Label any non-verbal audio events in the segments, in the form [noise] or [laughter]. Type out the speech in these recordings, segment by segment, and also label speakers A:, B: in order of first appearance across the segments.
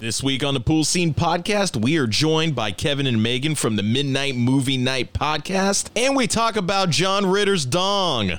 A: This week on the Pool Scene Podcast, we are joined by Kevin and Megan from the Midnight Movie Night Podcast, and we talk about John Ritter's dong.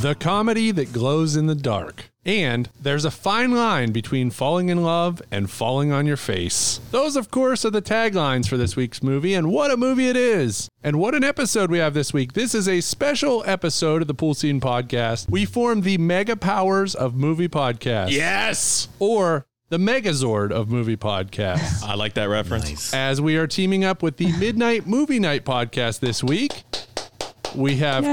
B: the comedy that glows in the dark. And there's a fine line between falling in love and falling on your face. Those, of course, are the taglines for this week's movie, and what a movie it is! And what an episode we have this week. This is a special episode of the Pool Scene Podcast. We formed the Mega Powers of Movie Podcast,
A: Yes!
B: or the Megazord of Movie Podcasts
A: I like that reference.
B: as we are teaming up with the
C: [laughs]
B: Midnight Movie Night podcast this week. We have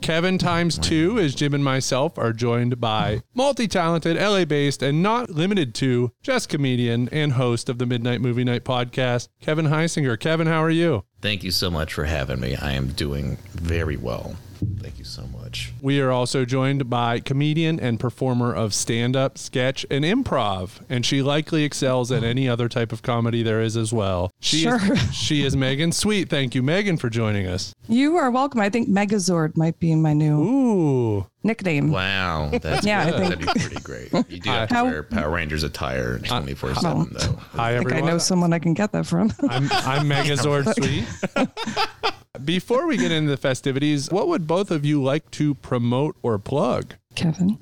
B: Kevin times two, as Jim and myself are joined by multi talented, LA based, and not limited to just comedian and host of the Midnight Movie Night podcast, Kevin Heisinger. Kevin, how are you?
D: Thank you so much for having me. I am doing very well. Thank you so much.
B: We are also joined by comedian and performer of stand up, sketch, and improv. And she likely excels at any other type of comedy there is as well. She
C: Sure.
B: Is, she is Megan Sweet. Thank you, Megan, for joining us.
C: You are welcome. I think Megazord might be my new
B: Ooh.
C: nickname.
D: Wow, that's
C: Yeah, I
D: good.
C: think-
D: that'd be pretty great. You
C: [laughs]
D: do have to
C: How-
D: wear Power Rangers attire twenty four seven though.
B: Hi,
C: I think I
B: everyone.
C: know someone I can get that from.
B: [laughs]
C: [laughs]
B: I'm, I'm Megazord Sweet. Before we get into the festivities, what would both of you like to promote or plug?
C: Kevin.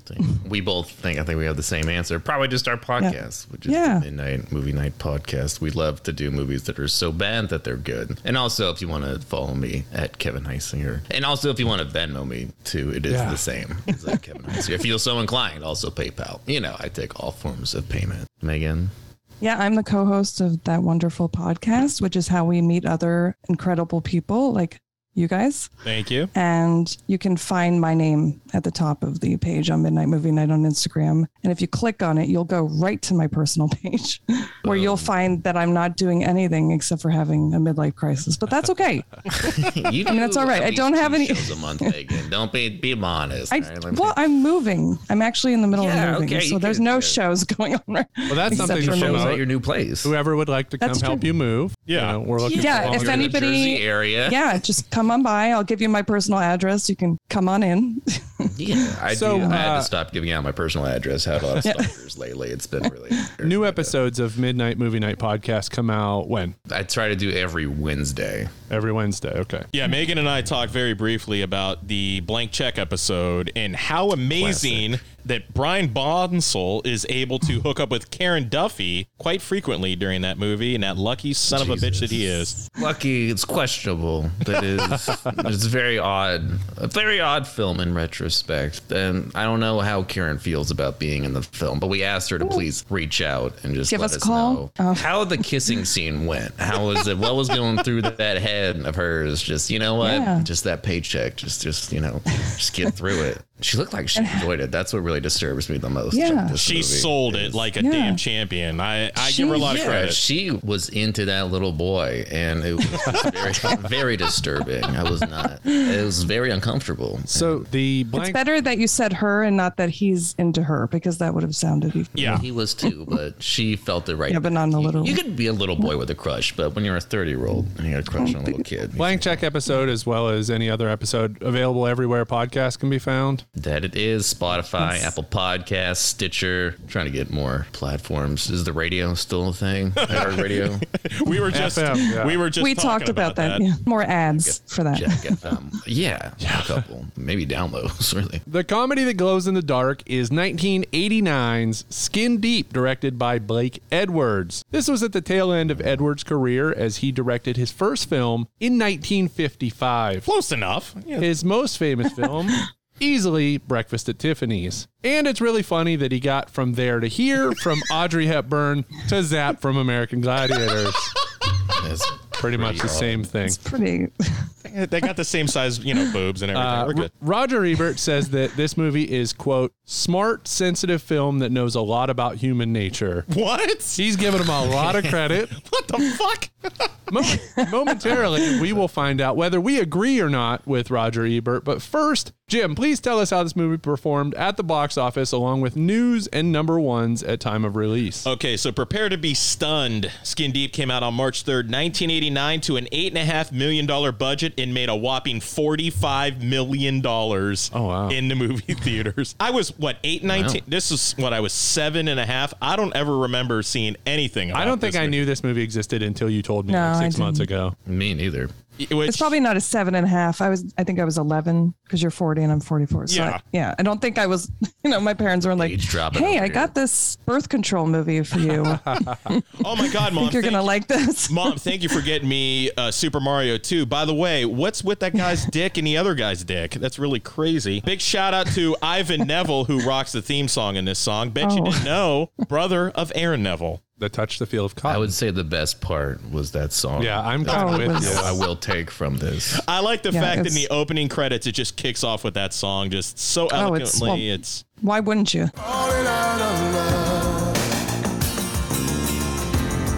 D: We both think I think we have the same answer. Probably just our podcast, which is
C: Yeah.
D: the Midnight Movie Night podcast. We love to do movies that are so bad that they're good. And also, if you want to follow me at Kevin Heisinger, and also if you want to Venmo me too, it is
B: Yeah.
D: the same. It's like Kevin Heisinger. If you feel so inclined, also PayPal. You know, I take all forms of payment. Megan.
C: Yeah, I'm the co host of that wonderful podcast, which is how we meet other incredible people like you guys.
A: Thank you.
C: And you can find my name at the top of the page on Midnight Movie Night on Instagram. And if you click on it, you'll go right to my personal [laughs] page where you'll find that I'm not doing anything except for having a midlife crisis. But that's okay.
D: you
C: mean, that's
D: do
C: all
D: at
C: right. I
D: least
C: don't
D: two
C: have any-
D: shows a month, Megan. Don't be be honest.
C: I,
D: all right? Let me-
C: well, I'm moving. I'm actually in the middle
D: Yeah,
C: of moving,
D: okay, you
C: so there's
D: could-
C: no
D: yeah.
C: shows [laughs] going on right
B: Well, that's
C: Except
B: something to
C: for me.
D: shows
B: promote.
D: at your new place.
B: Whoever would like to come
C: That's
B: help
C: true.
B: you move.
A: Yeah.
B: you know, we're looking.
C: Yeah,
B: for
C: if
D: You're in the
B: volunteers.
C: anybody-
D: Jersey area.
C: yeah, just come on by. I'll give you my personal address. You can come on in. [laughs]
D: Yeah, I
B: So,
D: do. I had
B: uh,
D: to stop giving out my personal address. Had a
B: [laughs]
D: lot of stalkers lately. It's been really
B: New episodes of Midnight Movie Night podcast come out when
D: I try to do every Wednesday.
B: every Wednesday. Okay.
A: Yeah, Megan and I talked very briefly about the blank check episode and how amazing that Brian Bonsall is able to hook up with Karen Duffy quite frequently during that movie and that lucky son of a bitch that he is.
D: Lucky, it's questionable. That is, it's very odd. A very odd film in retrospect. And I don't know how Karen feels about being in the film, but we asked her to please reach out and just
C: Give
D: let
C: us a
D: know
C: call. Oh.
D: how the kissing scene went. How was it? What was going through that head of hers? Just you know what?
C: Yeah.
D: Just that paycheck. Just just you know, just get through it. She looked like she enjoyed it. That's what really disturbs me the most.
C: Yeah.
D: about this
A: She
D: movie
A: sold it
D: is-
A: like a
C: Yeah.
A: damn champion. I, I give her a lot of credit.
D: she was into that little boy, and it was very, [laughs] very disturbing. I was not. It was very uncomfortable.
B: So the blank.
C: It's better that you said her and not that he's into her because that would have sounded even.
A: yeah.
D: he was too, but she felt it right.
C: Yeah, but not in a little-
D: You, you could be a little boy with a crush, but when you're a 30 year old and you got a crush on a little kid,
B: Blank check episode, as well as any other episode available everywhere podcasts can be found.
D: that it is Spotify, Apple Podcasts, Stitcher. trying to get more platforms. Is the radio still a
A: [laughs]
D: thing? Our radio.
B: [laughs]
A: We were just
B: FM, yeah.
A: we were just
C: we
A: talking
C: talked about, that. Yeah. More ads for that.
D: Jack FM. Yeah, a couple, maybe down lows, [laughs] really.
B: The comedy that glows in the dark is 1989's Skin Deep, directed by Blake Edwards. This was at the tail end of Edwards' career as he directed his first film in 1955.
A: Close enough. Yeah.
B: His most famous film, easily Breakfast at Tiffany's. And it's really funny that he got from there to here, from Audrey Hepburn to Zap from American Gladiators.
D: It's
B: Pretty much the same thing.
C: [laughs] It's pretty.
A: They got the same size, you know, boobs and everything. We're
B: Uh, R-
A: good.
B: Roger Ebert says that this movie is quote smart, sensitive film that knows a lot about human nature.
A: What?
B: He's giving him a lot of [laughs] credit.
A: What the fuck?
B: Mo- momentarily, we will find out whether we agree or not with Roger Ebert. But first, Jim, please tell us how this movie performed at the box office, along with news and number ones at time of release.
A: Okay, so prepare to be stunned. Skin Deep came out on March 3rd, 1989, to an $8.5 million budget and made a whopping $45 million
B: Oh, wow.
A: in the movie [laughs] theaters. I was, what, 8, 19? This is what I was, seven and a half. I don't ever remember seeing
B: I
A: anything. about
B: don't think
A: this
B: I
A: movie.
B: knew this movie existed until you told me
C: No,
B: like
C: I
B: six months
C: didn't.
B: ago.
D: Me neither.
A: Which,
C: It's probably not a seven and a half. I was, I think I was 11 because you're 40 and I'm 44. So
A: Yeah.
C: I, yeah. I don't think I was, [laughs] you know, my parents were like,
D: Age dropping
C: hey,
D: over
C: I
D: here."
C: got this birth control movie for you.
D: [laughs]
C: I
B: [laughs]
A: oh my God, Mom.
C: think you're
A: thank
C: going to like this.
A: Mom, thank you for getting me uh, Super Mario 2. By the way, what's with that
C: [laughs]
A: guy's dick and the other guy's dick? That's really crazy. Big shout out to Ivan Neville, who rocks the theme song in this song. Bet you
C: Oh.
A: didn't know, brother of Aaron Neville.
B: That touched the field of
D: I
B: cotton.
D: would say the best part was that song.
B: yeah, I'm
D: That's
B: kind
C: Oh,
B: of
C: it
B: with
C: was-
B: you.
D: what I will take from this.
A: I like the
C: Yeah,
A: fact in
C: it's-
A: the opening credits, it just kicks off with that song just so
C: Oh, it's-
A: eloquently.
C: well-
A: it's,
C: Why wouldn't you?
E: Falling out of love.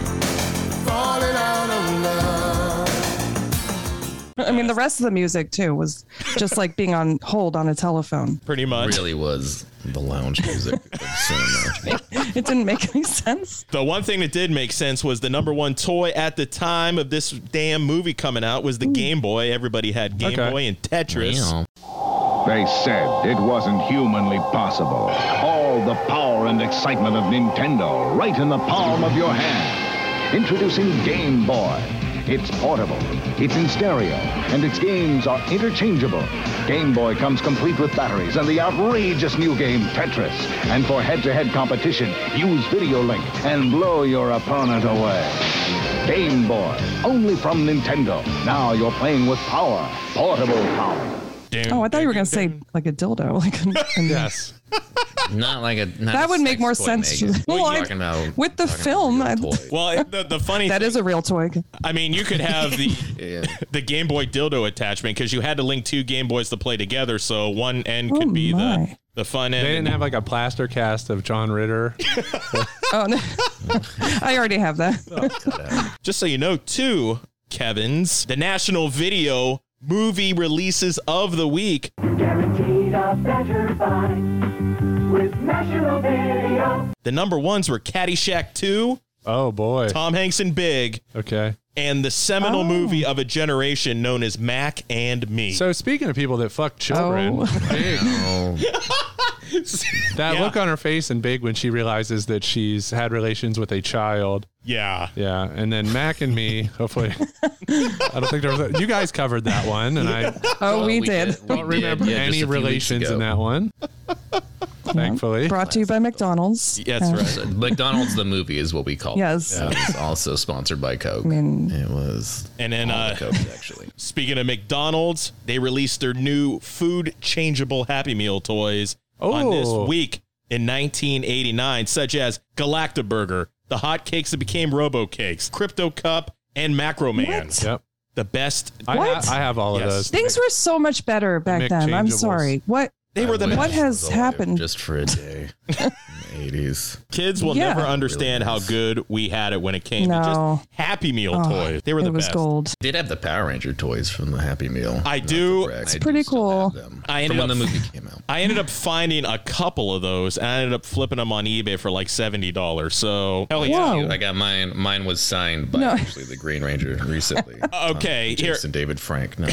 E: Falling out of love.
C: I mean, the rest of the music too was just like being on hold on a telephone.
A: pretty much.
D: Really was the lounge music of cinema.
C: It didn't make any sense.
A: The one thing that did make sense was the number one toy at the time of this damn movie coming out was the Game Boy. Everybody had Game
B: Okay.
A: Boy and Tetris.
D: Damn.
F: They said it wasn't humanly possible. All the power and excitement of Nintendo right in the palm of your hand. Introducing Game Boy. It's portable, it's in stereo, and its games are interchangeable. Game Boy comes complete with batteries and the outrageous new game Tetris. And for head-to-head competition, use Video Link and blow your opponent away. Game Boy, only from Nintendo. Now you're playing with power, portable power.
C: Oh, I thought you were going to say like a dildo. [laughs] Like,
A: [laughs]
C: and
B: Yes.
D: Not like a. Not
C: that
D: a
C: would make
D: sex
C: more
D: toy
C: sense.
D: maker.
C: To, [laughs] well,
D: What are
C: I-
D: you talking about?
C: with the
D: Talking about
C: film,
D: real
C: I- [laughs]
D: toy.
A: Well, it- the, the funny
C: that
A: thing-
C: is a real
A: [laughs]
C: toy.
A: I mean, you could have the
D: Yeah.
A: [laughs] the Game Boy dildo attachment because you had to link two Game Boys to play together, so one end could
C: Oh,
A: be the
C: my.
A: the fun
B: They
A: end.
B: didn't have like a plaster cast of John Ritter.
C: Oh, no. [laughs] I already have
A: Oh,
C: that.
A: Just so you know, two Kevin's the National Video Movie Releases of the Week.
G: Guaranteed a better buy with National Video.
A: The number ones were Caddyshack 2,
B: Oh boy.
A: Tom Hanks and Big,
B: Okay.
A: and the seminal
C: Oh.
A: movie of a generation known as Mac and Me.
B: So speaking of people that fuck children, [laughs]
C: Oh.
B: Big,
D: Oh,
B: that
A: Yeah.
B: look on her face and Big when she realizes that she's had relations with a child.
A: yeah.
B: Yeah, and then Mac and me. Hopefully, I don't think there was. A, you guys covered that one, and I
C: Oh, we,
D: we
C: did.
D: did.
B: don't remember
D: yeah, just
B: any
D: a few weeks
B: relations
D: ago.
B: in that one. Thankfully,
C: Brought to you by McDonald's.
A: Yeah, that's
C: Uh,
A: right.
D: so [laughs] McDonald's the movie is what we call.
C: Yes.
D: It. It was also sponsored by Coke.
C: mean-
D: it was
A: And then uh,
D: Coke actually.
A: Speaking of McDonald's, they released their new food changeable Happy Meal toys on this
B: Oh.
A: week in 1989, such as Galacta Burger, the hot cakes that became Robo Cakes, Crypto Cup, and Macro Man.
C: What?
B: Yep.
A: The best.
B: I,
C: What?
B: I have all
A: Yes.
B: of those.
C: Things were so much better back then. I'm
B: McChangeables.
C: sorry. What?
A: They were the
D: I
C: What
D: wish
A: best.
D: I
C: has
D: was alive
C: happened?
D: Just for a day. Eighties.
A: Kids will
C: Yeah.
A: never understand
D: Really
A: how
D: is.
A: good we had it when it came to
C: No.
A: just Happy Meal
C: Oh,
A: toys. They were the
C: it was
A: best.
C: gold.
D: Did have the Power Ranger toys from the Happy Meal.
A: I
D: Not
A: do-
D: to brag,
C: It's
D: I do
C: pretty
D: still
C: cool.
D: have them.
A: I
D: from
A: ended
D: when the
A: up-
D: movie came out.
A: I ended up finding a couple of those and I ended up flipping them on eBay for like $70. So, hell yeah.
C: Whoa.
D: I got mine. Mine was signed by
C: Oh. No.
D: actually the Green Ranger
C: [laughs]
D: recently.
A: Okay,
D: Um,
A: here-
D: Jason David Frank.
A: [laughs]
D: No,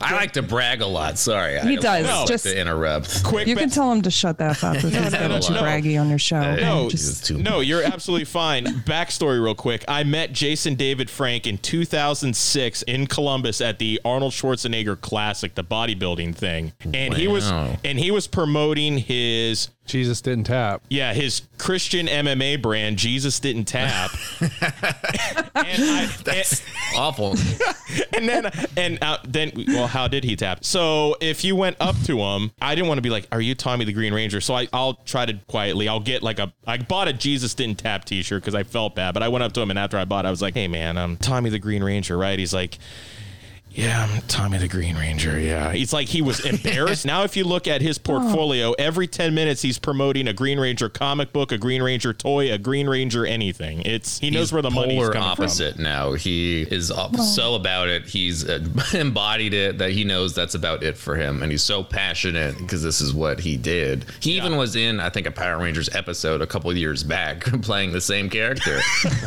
D: I like to brag a lot. Sorry, I
C: He
D: don't
C: does,
A: No.
D: Like
C: just-
D: to interrupt.
A: Quick
C: You
A: ba-
C: can tell him to shut that
A: [laughs]
C: up if he's
A: no,
C: getting too
A: no.
C: braggy on your show.
A: No,
D: Jesus, too
A: no, you're absolutely fine. Backstory, real quick. I met Jason David Frank in 2006 in Columbus at the Arnold Schwarzenegger Classic, the bodybuilding thing, and he was
D: Wow.
A: and he was promoting his
B: Jesus didn't tap.
A: yeah his Christian MMA brand. Jesus didn't tap. and, I, and,
D: Awful.
A: [laughs] and then and uh, then well how did he tap so if you went up to him i didn't want to be like are you tommy the green ranger so I, i'll try to quietly i'll get like a i bought a jesus didn't tap t-shirt because i felt bad but i went up to him and after i bought it, i was like hey man i'm tommy the green ranger right he's like yeah, I'm Tommy the Green Ranger. Yeah. He's like, he was embarrassed. now, if you look at his portfolio, every 10 minutes he's promoting a Green Ranger comic book, a Green Ranger toy, a Green Ranger anything. It's He knows
D: He's
A: where the money's
D: polar
A: coming from.
D: opposite now. He is up so about it. He's [laughs] uh, embodied it that he knows that's about it for him, and he's so passionate because this is what he did. He even was in, I think, a Power Rangers episode a couple years back, [laughs] playing the same
C: [laughs]
D: character.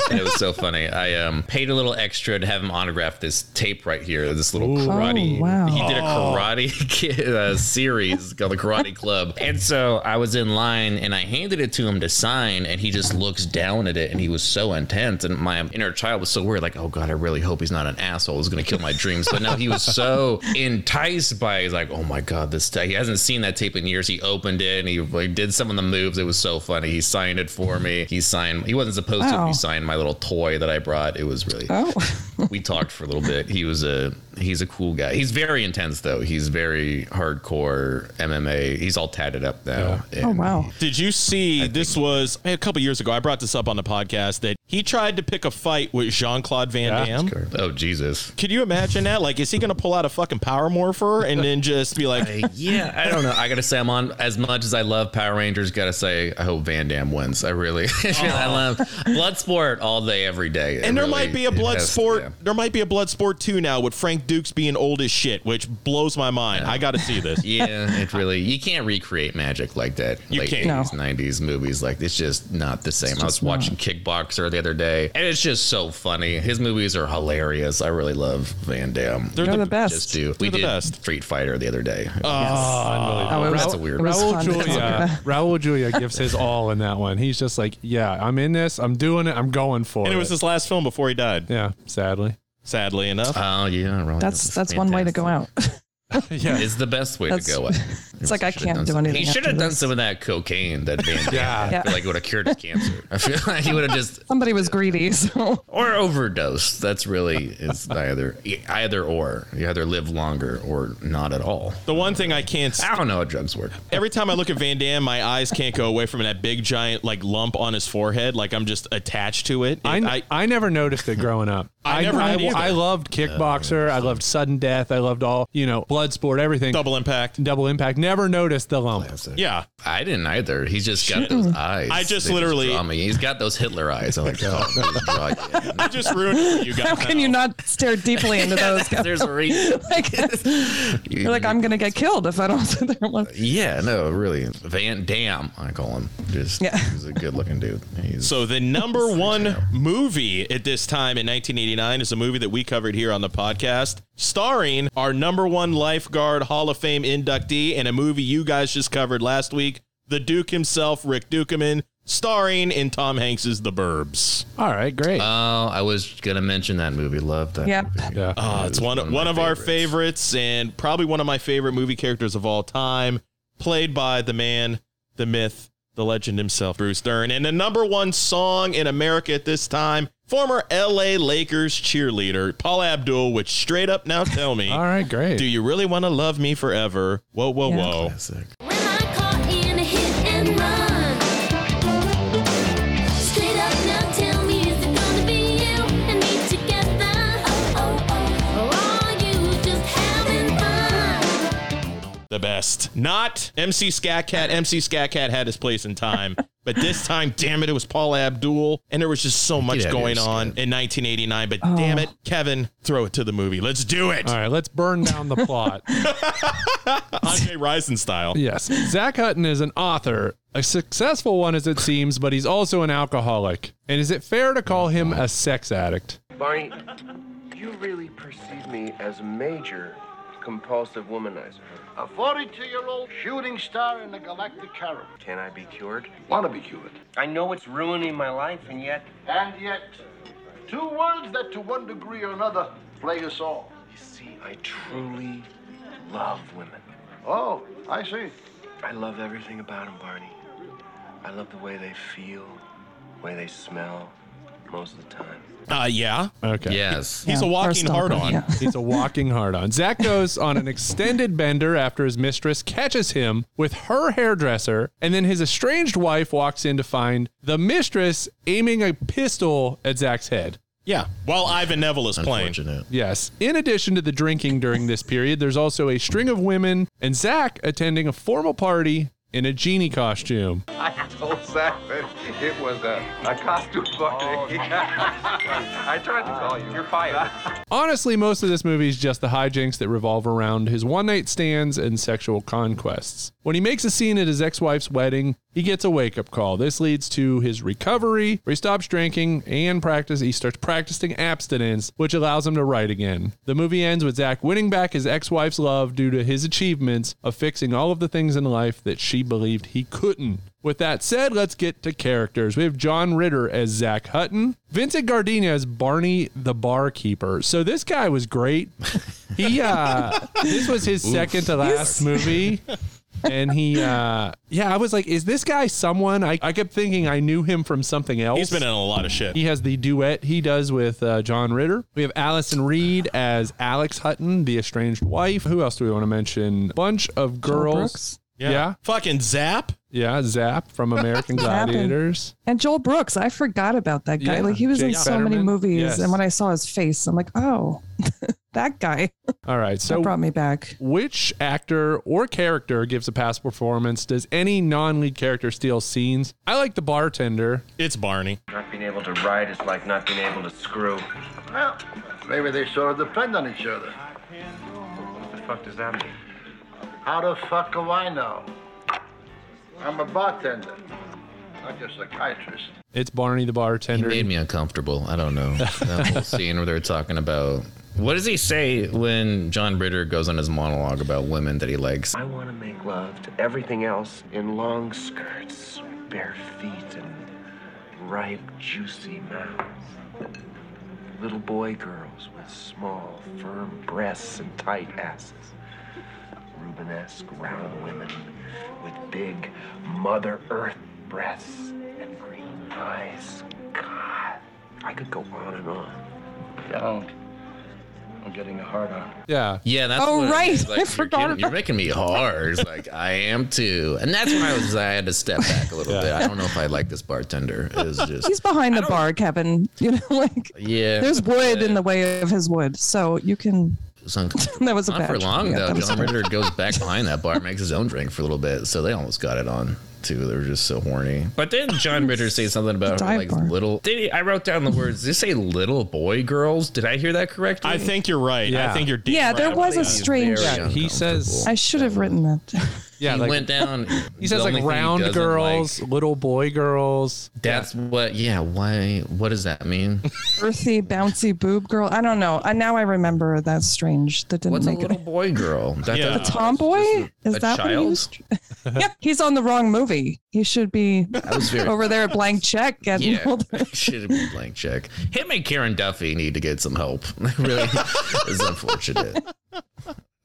D: and it was so funny. I um, paid a little extra to have him autograph this tape right here, this little karate.
C: Oh, wow.
D: He did a karate [laughs] kid, uh, series called the Karate Club, and so I was in line and I handed it to him to sign, and he just looks down at it, and he was so intense, and my inner child was so worried, like, oh god, I really hope he's not an asshole, who's gonna kill my dreams. But no, he was
C: [laughs]
D: so enticed by, it. he's like, oh my god, this tape. He hasn't seen that tape in years. He opened it and he like did some of the moves. It was so funny. He signed it for me. He signed. He wasn't supposed to.
C: Mm-hmm. Wow.
D: He signed my little toy that I brought. It was really
C: Oh, [laughs]
D: we talked for a little bit. He was a he's a cool guy. He's very intense though. He's very hardcore MMA. He's all tatted up now.
C: oh
D: and
C: wow.
A: Did you see this was a couple years ago? I brought this up on the podcast that he tried to pick a fight with Jean Claude Van
B: Yeah.
A: Damme.
D: he- Oh Jesus.
A: Could you imagine that? Like, is he going to pull out a fucking power morpher and then just be like,
D: Uh, yeah, [laughs] I don't know. I gotta say, I'm on as much as I love Power Rangers. Gotta say, I hope Van Dam wins. I really, [laughs] I love Bloodsport all day, every day. It
A: And there
D: really-
A: might be a
D: it
A: blood
D: has-
A: sport.
D: yeah.
A: There might be a blood sport too now with Frank Dukes being old as shit, which blows my mind. I got to see
D: [laughs]
A: this.
D: Yeah, it really you can't recreate magic like that.
A: You
D: late
A: can't.
D: 80s, 90s movies like it's just not the same. I was watching Kickboxer the other day, and it's just so funny. His movies are hilarious. I really love Van Damme.
A: They're
C: You're
A: the
C: the best. Uh,
D: just do. We
A: the
D: did
A: best.
D: Street Fighter the other day.
A: Uh,
C: Oh, it was-
D: That's a weird
C: it was
B: Raul
C: fun. [laughs]
B: Julia, Raul Julia gives his all in that one. He's just like, yeah, I'm in this. I'm doing it. I'm going for
A: And
B: it.
A: it was his last film before he died,
B: yeah, sadly.
A: sadly enough.
D: Oh yeah, really.
C: That's that's one way to go out. [laughs]
B: Yeah.
D: Is the best way
C: That's-
D: to go. out.
C: [laughs] It's like I
D: Should've
C: can't
D: done
C: do
D: some-
C: anything.
D: He should
C: after
D: have done
C: this.
D: some of that cocaine that Van
C: [laughs]
D: Damme.
B: Yeah.
D: I feel like it would have cured his cancer. I feel like he would have just
C: Somebody was greedy, so [laughs]
D: or overdose. That's really it's either either or. You either live longer or not at all.
A: the one thing I can't. s-
D: I don't know how drugs work.
A: Every time I look at Van Damme, my eyes can't go away from that big giant like lump on his forehead. Like I'm just attached to it.
B: I,
A: It-
B: I, never noticed it growing up.
A: [laughs] I never
B: I,
A: did either.
B: I loved Kickboxer. I loved Sudden Death. I loved all, you know, Bloodsport, everything.
A: double impact.
B: Double Impact. Never noticed the lump.
A: Yeah,
D: I didn't either. He's just got those eyes.
A: Hmm. I just literally-
D: draw me. He's got those Hitler eyes. I'm like, oh,
A: [laughs]
D: I'm gonna draw you.
A: I just ruined it for you guys.
C: how can you not stare
D: [laughs]
C: deeply into those? [laughs]
D: There's a reason.
C: like, you're like, I'm gonna get killed if I don't sit there. and look.
D: Yeah, no, really. Van Dam, I call him. Just
C: Yeah.
D: he's a good looking dude. He's
A: So the number one movie at this time in 1989 is a movie that we covered here on the podcast, starring our number one lifeguard Hall of Fame inductee, and a movie you guys just covered last week, The Duke himself, Rick Dukeman, starring in Tom Hanks's The Burbs.
B: All right, great.
A: Uh,
D: Oh, I was gonna mention that movie. Love that.
C: Yeah.
D: movie.
B: yeah.
A: Uh, it's one one,
D: my
A: of our favorites, and probably one of my favorite movie characters of all time, played by the man, the myth, the legend himself, Bruce Dern, and the number one song in America at this time. Former L.A. Lakers cheerleader Paul Abdul, which straight up now tell
B: [laughs]
A: me,
B: all right, great.
A: do you really want to love me forever? Whoa, whoa,
C: Yeah.
A: whoa!
D: Classic.
H: When I caught in a hit and run, straight up now tell me is it gonna be you and me together? Oh oh oh, or are you just having fun?
A: The best. Not MC Scat Cat. MC Scat Cat had his place
C: [laughs]
A: in time, but this time, damn it, it was Paul Abdul, and there was just so much
D: out of here,
A: going on
D: Scat.
A: in 1989. But
C: Oh.
A: damn it, Kevin, throw it to the movie. Let's do it.
B: all right, let's burn down the
A: [laughs]
B: plot.
A: Andre Rison style.
B: Yes. Zach Hutton is an author, a successful one as it seems, but he's also an alcoholic. And is it fair to call him a sex addict?
I: Barney, you really perceive me as a major compulsive womanizer.
E: A 42 year old shooting star in the galactic caravan.
I: Can I be cured?
E: Want to be cured.
I: I know it's ruining my life, and yet
E: And yet, two words that to one degree or another plague us all.
I: you see, I truly love women.
E: Oh, I see.
I: I love everything about them, Barney. I love the way they feel, the way they smell, most of the time.
A: Uh, yeah.
B: Okay.
D: Yes.
A: He's a
C: Yeah,
A: walking
C: first off,
A: hard on.
C: yeah.
B: He's a walking hard on. Zach goes on an extended bender after his mistress catches him with her hairdresser, and then his estranged wife walks in to find the mistress aiming a pistol at Zach's head.
A: Yeah. While Ivan Neville is playing.
D: Unfortunate.
B: Yes. In addition to the drinking during this period, there's also a string of women and Zach attending a formal party in a genie costume.
E: I told Zach that it was a, a costume party. I tried to call you. You're fired.
B: Honestly, most of this movie is just the hijinks that revolve around his one night stands and sexual conquests. When he makes a scene at his ex wife's wedding, he gets a wake up call. This leads to his recovery, where he stops drinking and practice. He starts practicing abstinence, which allows him to write again. The movie ends with Zach winning back his ex wife's love due to his achievements of fixing all of the things in life that she believed he couldn't. With that said, let's get to characters. We have John Ritter as Zach Hutton, Vincent Gardenia as Barney the barkeeper. So this guy was great. He
A: [laughs]
B: uh this was his second to last movie. And he uh yeah, I was like, is this guy someone? I, I kept thinking I knew him from something else.
A: He's been in a lot of shit.
B: He has the duet he does with uh, John Ritter. We have Allison Reed as Alex Hutton, the estranged wife. Who else do we want to mention? Bunch of girls.
C: Brooks.
B: Yeah.
A: Fucking Zap.
B: Yeah, Zap from American
C: [laughs] Zapping.
B: Gladiators.
C: And Joel Brooks, I forgot about that guy.
B: Yeah,
C: like he was in
B: Jake
C: so
B: Fetterman.
C: many movies,
B: Yes.
C: and when I saw his face, I'm like, oh, [laughs] that guy.
B: All right, so
C: that brought me back.
B: which actor or character gives a past performance? Does any non-lead character steal scenes? I like the bartender.
A: It's Barney.
I: Not being able to ride is like not being able to screw.
E: Well, maybe they sort of depend on each other.
I: What the fuck does that mean?
E: How the fuck do I know? I'm a bartender, not just a psychiatrist.
B: It's Barney the
D: He
B: bartender.
D: made me uncomfortable. I don't know. That [laughs] whole scene where they're talking about what does he say when John Ritter goes on his monologue about women that he likes?
I: I want to make love to everything else in long skirts, bare feet, and ripe, juicy mouths. Little boy girls with small, firm breasts and tight asses. Rubenesque, round women with big Mother Earth breasts and green eyes. God, I could go on and on.
E: Don't. I'm getting a hard on.
B: Yeah.
D: Yeah, that's
C: Oh,
D: what it
C: right.
D: is.
C: I
D: you're
C: forgot
D: kidding- You're
C: about-
D: making me hard. It's like I am too, and that's when I was. I had to step back a little bit. I don't know if I like this bartender. It was just
C: He's behind the bar, Kevin. [laughs] You know, like
D: yeah.
C: there's wood in the way of his wood, so you can. [laughs]
D: It was uncomfortable.
C: That was a
D: Not for
C: bad-
D: long
C: yeah, that
D: though.
C: was
D: John Ritter goes back behind that bar, makes his own drink for a little bit. So they almost got it on too. They were just so horny. But then John Ritter say something about her,
C: dive
D: like
C: bar.
D: little. Did, I wrote down the words. Did they say little boy girls? Did I hear that correctly?
A: I think you're right. I
B: Yeah.
A: think you're damn
C: Yeah,
A: right.
C: there was a
D: He's
C: strange.
D: very
B: He says-
C: I should have written that. [laughs]
B: Yeah.
D: he
B: like,
D: went down.
B: he
D: the
B: says
D: only
B: like
D: thing he
B: round
D: doesn't
B: girls,
D: like-
B: little boy girls.
D: that's what. Yeah. Why? What does that mean?
C: Earthy, bouncy boob girl. I don't know. And now I remember that's strange. That didn't
D: What's a
C: make
D: little
C: it.
D: boy girl? That
A: Yeah.
D: doesn't-
C: Tomboy? Is
D: a
C: that what
D: child?
C: he was? yeah, he's on the wrong movie. He should be
D: That was very.
C: over there at
D: [laughs]
C: blank check getting
D: yeah,
C: older.
D: should have been blank check. Him and Karen Duffy need to get some help. [laughs] That really is unfortunate.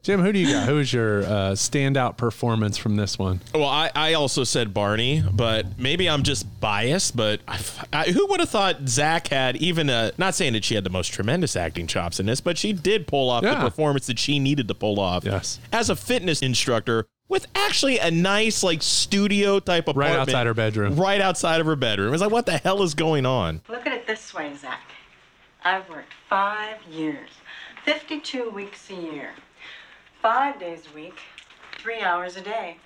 B: Jim, who do you got? Who's your uh, standout performance from this one?
A: Well, I, I also said Barney, but maybe I'm just biased. But I, I- who would have thought Zach had even a not saying that she had the most tremendous acting chops in this, but she did pull off
B: Yeah.
A: the performance that she needed to pull off.
B: Yes.
A: as a fitness instructor with actually a nice like studio type
B: Right
A: apartment
B: outside her bedroom.
A: right outside of her bedroom. It's like what the hell is going on?
J: Look at it this way, Zach. I've worked five years, 52 weeks a year, five days a week, three hours a day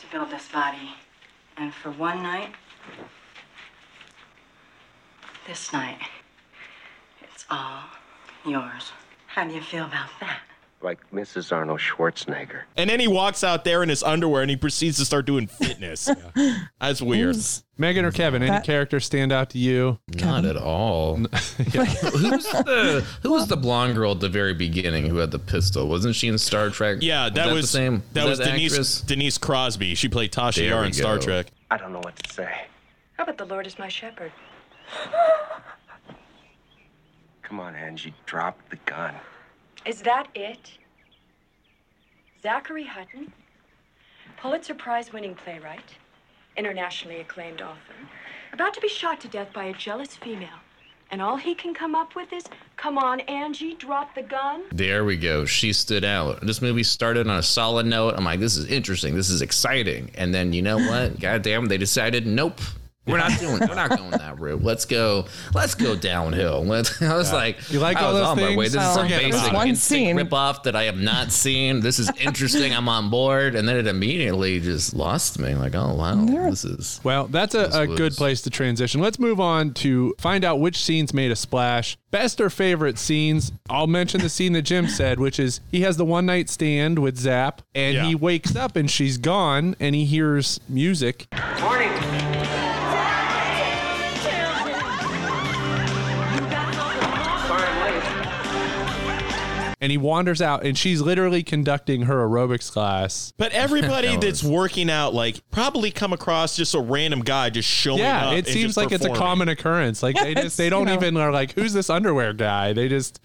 J: to build this body. And for one night, this night, it's all yours. How do you feel about that?
I: Like Mrs. Arnold Schwarzenegger.
A: And then he walks out there in his underwear and he proceeds to start doing fitness.
B: [laughs]
A: That's weird.
B: Megan or Kevin, any
C: That-
B: character stand out to you?
D: Not at all. [laughs]
A: [laughs]
D: who's the who was the blonde girl at the very beginning who had the pistol? Wasn't she in Star Trek?
A: Yeah, that was,
D: the same.
A: That was,
D: the
A: Denise
D: actress?
A: Denise Crosby. She played Tasha
D: There
A: Yar
D: we
A: in Star
D: go.
A: Trek.
I: I don't know what to say.
J: How about the Lord is my shepherd?
I: Come on, Angie, drop the gun.
J: Is that it? Zachary Hutton, Pulitzer Prize winning playwright, internationally acclaimed author, about to be shot to death by a jealous female. And all he can come up with is, come on, Angie, drop the gun.
D: There we go. She stood out. This movie started on a solid
B: [laughs]
D: note. I'm like, this is interesting. This is exciting. And then you know what? God damn, they decided, nope. We're not doing. We're not going that route. Let's go. Let's go downhill. [laughs] Let's, I was like,
B: You like
D: I
B: all
D: was
B: those
D: on my way.
B: things?
D: This is some
B: Forget about
D: basic
B: it. One
D: one
C: scene.
D: scene ripoff that I have not seen. This is interesting. I'm on board, and then it immediately just lost me. Like, oh wow, this is
B: Well, that's a, a good place to transition. Let's move on to find out which scenes made a splash. Best or favorite scenes. I'll mention the scene that Jim said, which is he has the one night stand with Zap, and he wakes up and she's gone, and he hears music.
G: Morning.
B: And he wanders out, and she's literally conducting her aerobics class.
A: But everybody
B: That
A: that's working out, like, probably come across just a random guy just showing up.
B: yeah, it
A: and
B: seems
A: just
B: like it's a
A: performing.
B: common occurrence. Like they
A: Yes,
B: just they
A: you
B: don't
A: know.
B: even are like, who's this underwear guy? They
A: [laughs]
B: just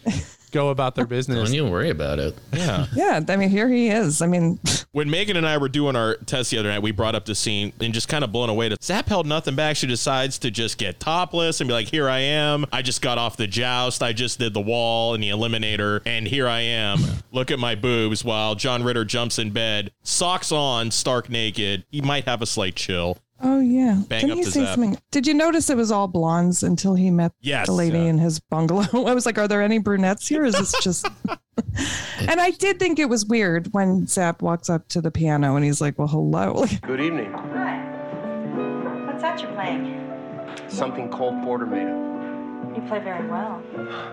B: go about their business.
D: Don't even worry about it.
A: Yeah.
C: Yeah, I mean, here he is. I mean, [laughs]
A: When Megan and I were doing our test the other night, we brought up the scene and just kind of blown away. To Zap held nothing back. She decides to just get topless and be like, "Here I am. I just got off the joust. I just did the wall and the eliminator, and here I am. Look at my boobs." While John Ritter jumps in bed, socks on, stark naked. He might have a slight chill.
C: oh yeah.
A: Bang
C: Didn't
A: up
C: he
A: the
C: say
A: zap.
C: something? Did you notice it was all blondes until he met
A: Yes,
C: the lady
A: yeah.
C: in his bungalow? [laughs] I was like, are there any brunettes here? Is this
A: [laughs]
C: just? [laughs] and I did think it was weird when Zap walks up to the piano and he's like, "Well, hello." [laughs] Like,
I: Good evening.
J: What's that you're playing?
I: Something Cole Porter made up.
J: You play very well.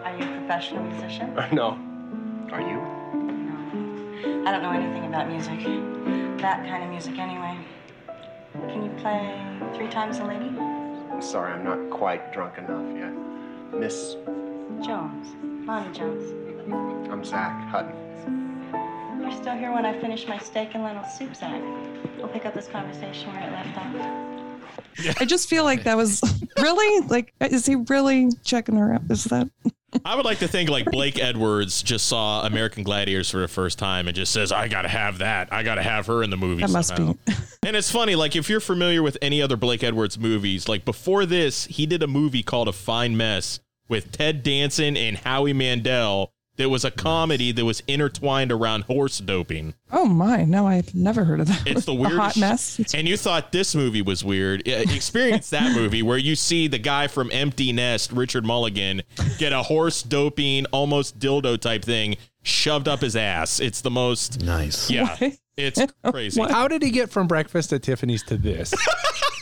J: Are you a professional musician?
I: No. Are you?
J: I don't know anything about music. That kind of music, anyway. Can you play three times a lady?
I: I'm sorry, I'm not quite drunk enough yet. Miss,
J: Jones. Lonnie Jones.
I: I'm Zach Hutton.
J: You're still here when I finish my steak and lentil soup, Zach. We'll pick up this conversation where it left off.
C: I just feel like that was [laughs] really like, is he really checking her up? Is that?
A: I would like to think like Blake Edwards just saw American Gladiators for the first time and just says, "I gotta have that. I gotta have her in the movie."
C: That must
A: somehow." and it's funny, like if you're familiar with any other Blake Edwards movies, like before this, he did a movie called A Fine Mess with Ted Danson and Howie Mandel. That was a comedy that was intertwined around horse doping.
C: Oh my! No, I've never heard of that.
A: It's
C: [laughs]
A: the
C: A
A: weirdest
C: hot mess.
A: And you thought this movie was weird. Yeah, Experience that movie where you see the guy from Empty Nest, Richard Mulligan, get a horse doping, almost dildo type thing shoved up his ass. It's the most
D: nice.
A: Yeah,
C: [laughs]
A: it's
B: [laughs]
A: crazy.
B: How did he get from breakfast at Tiffany's to this?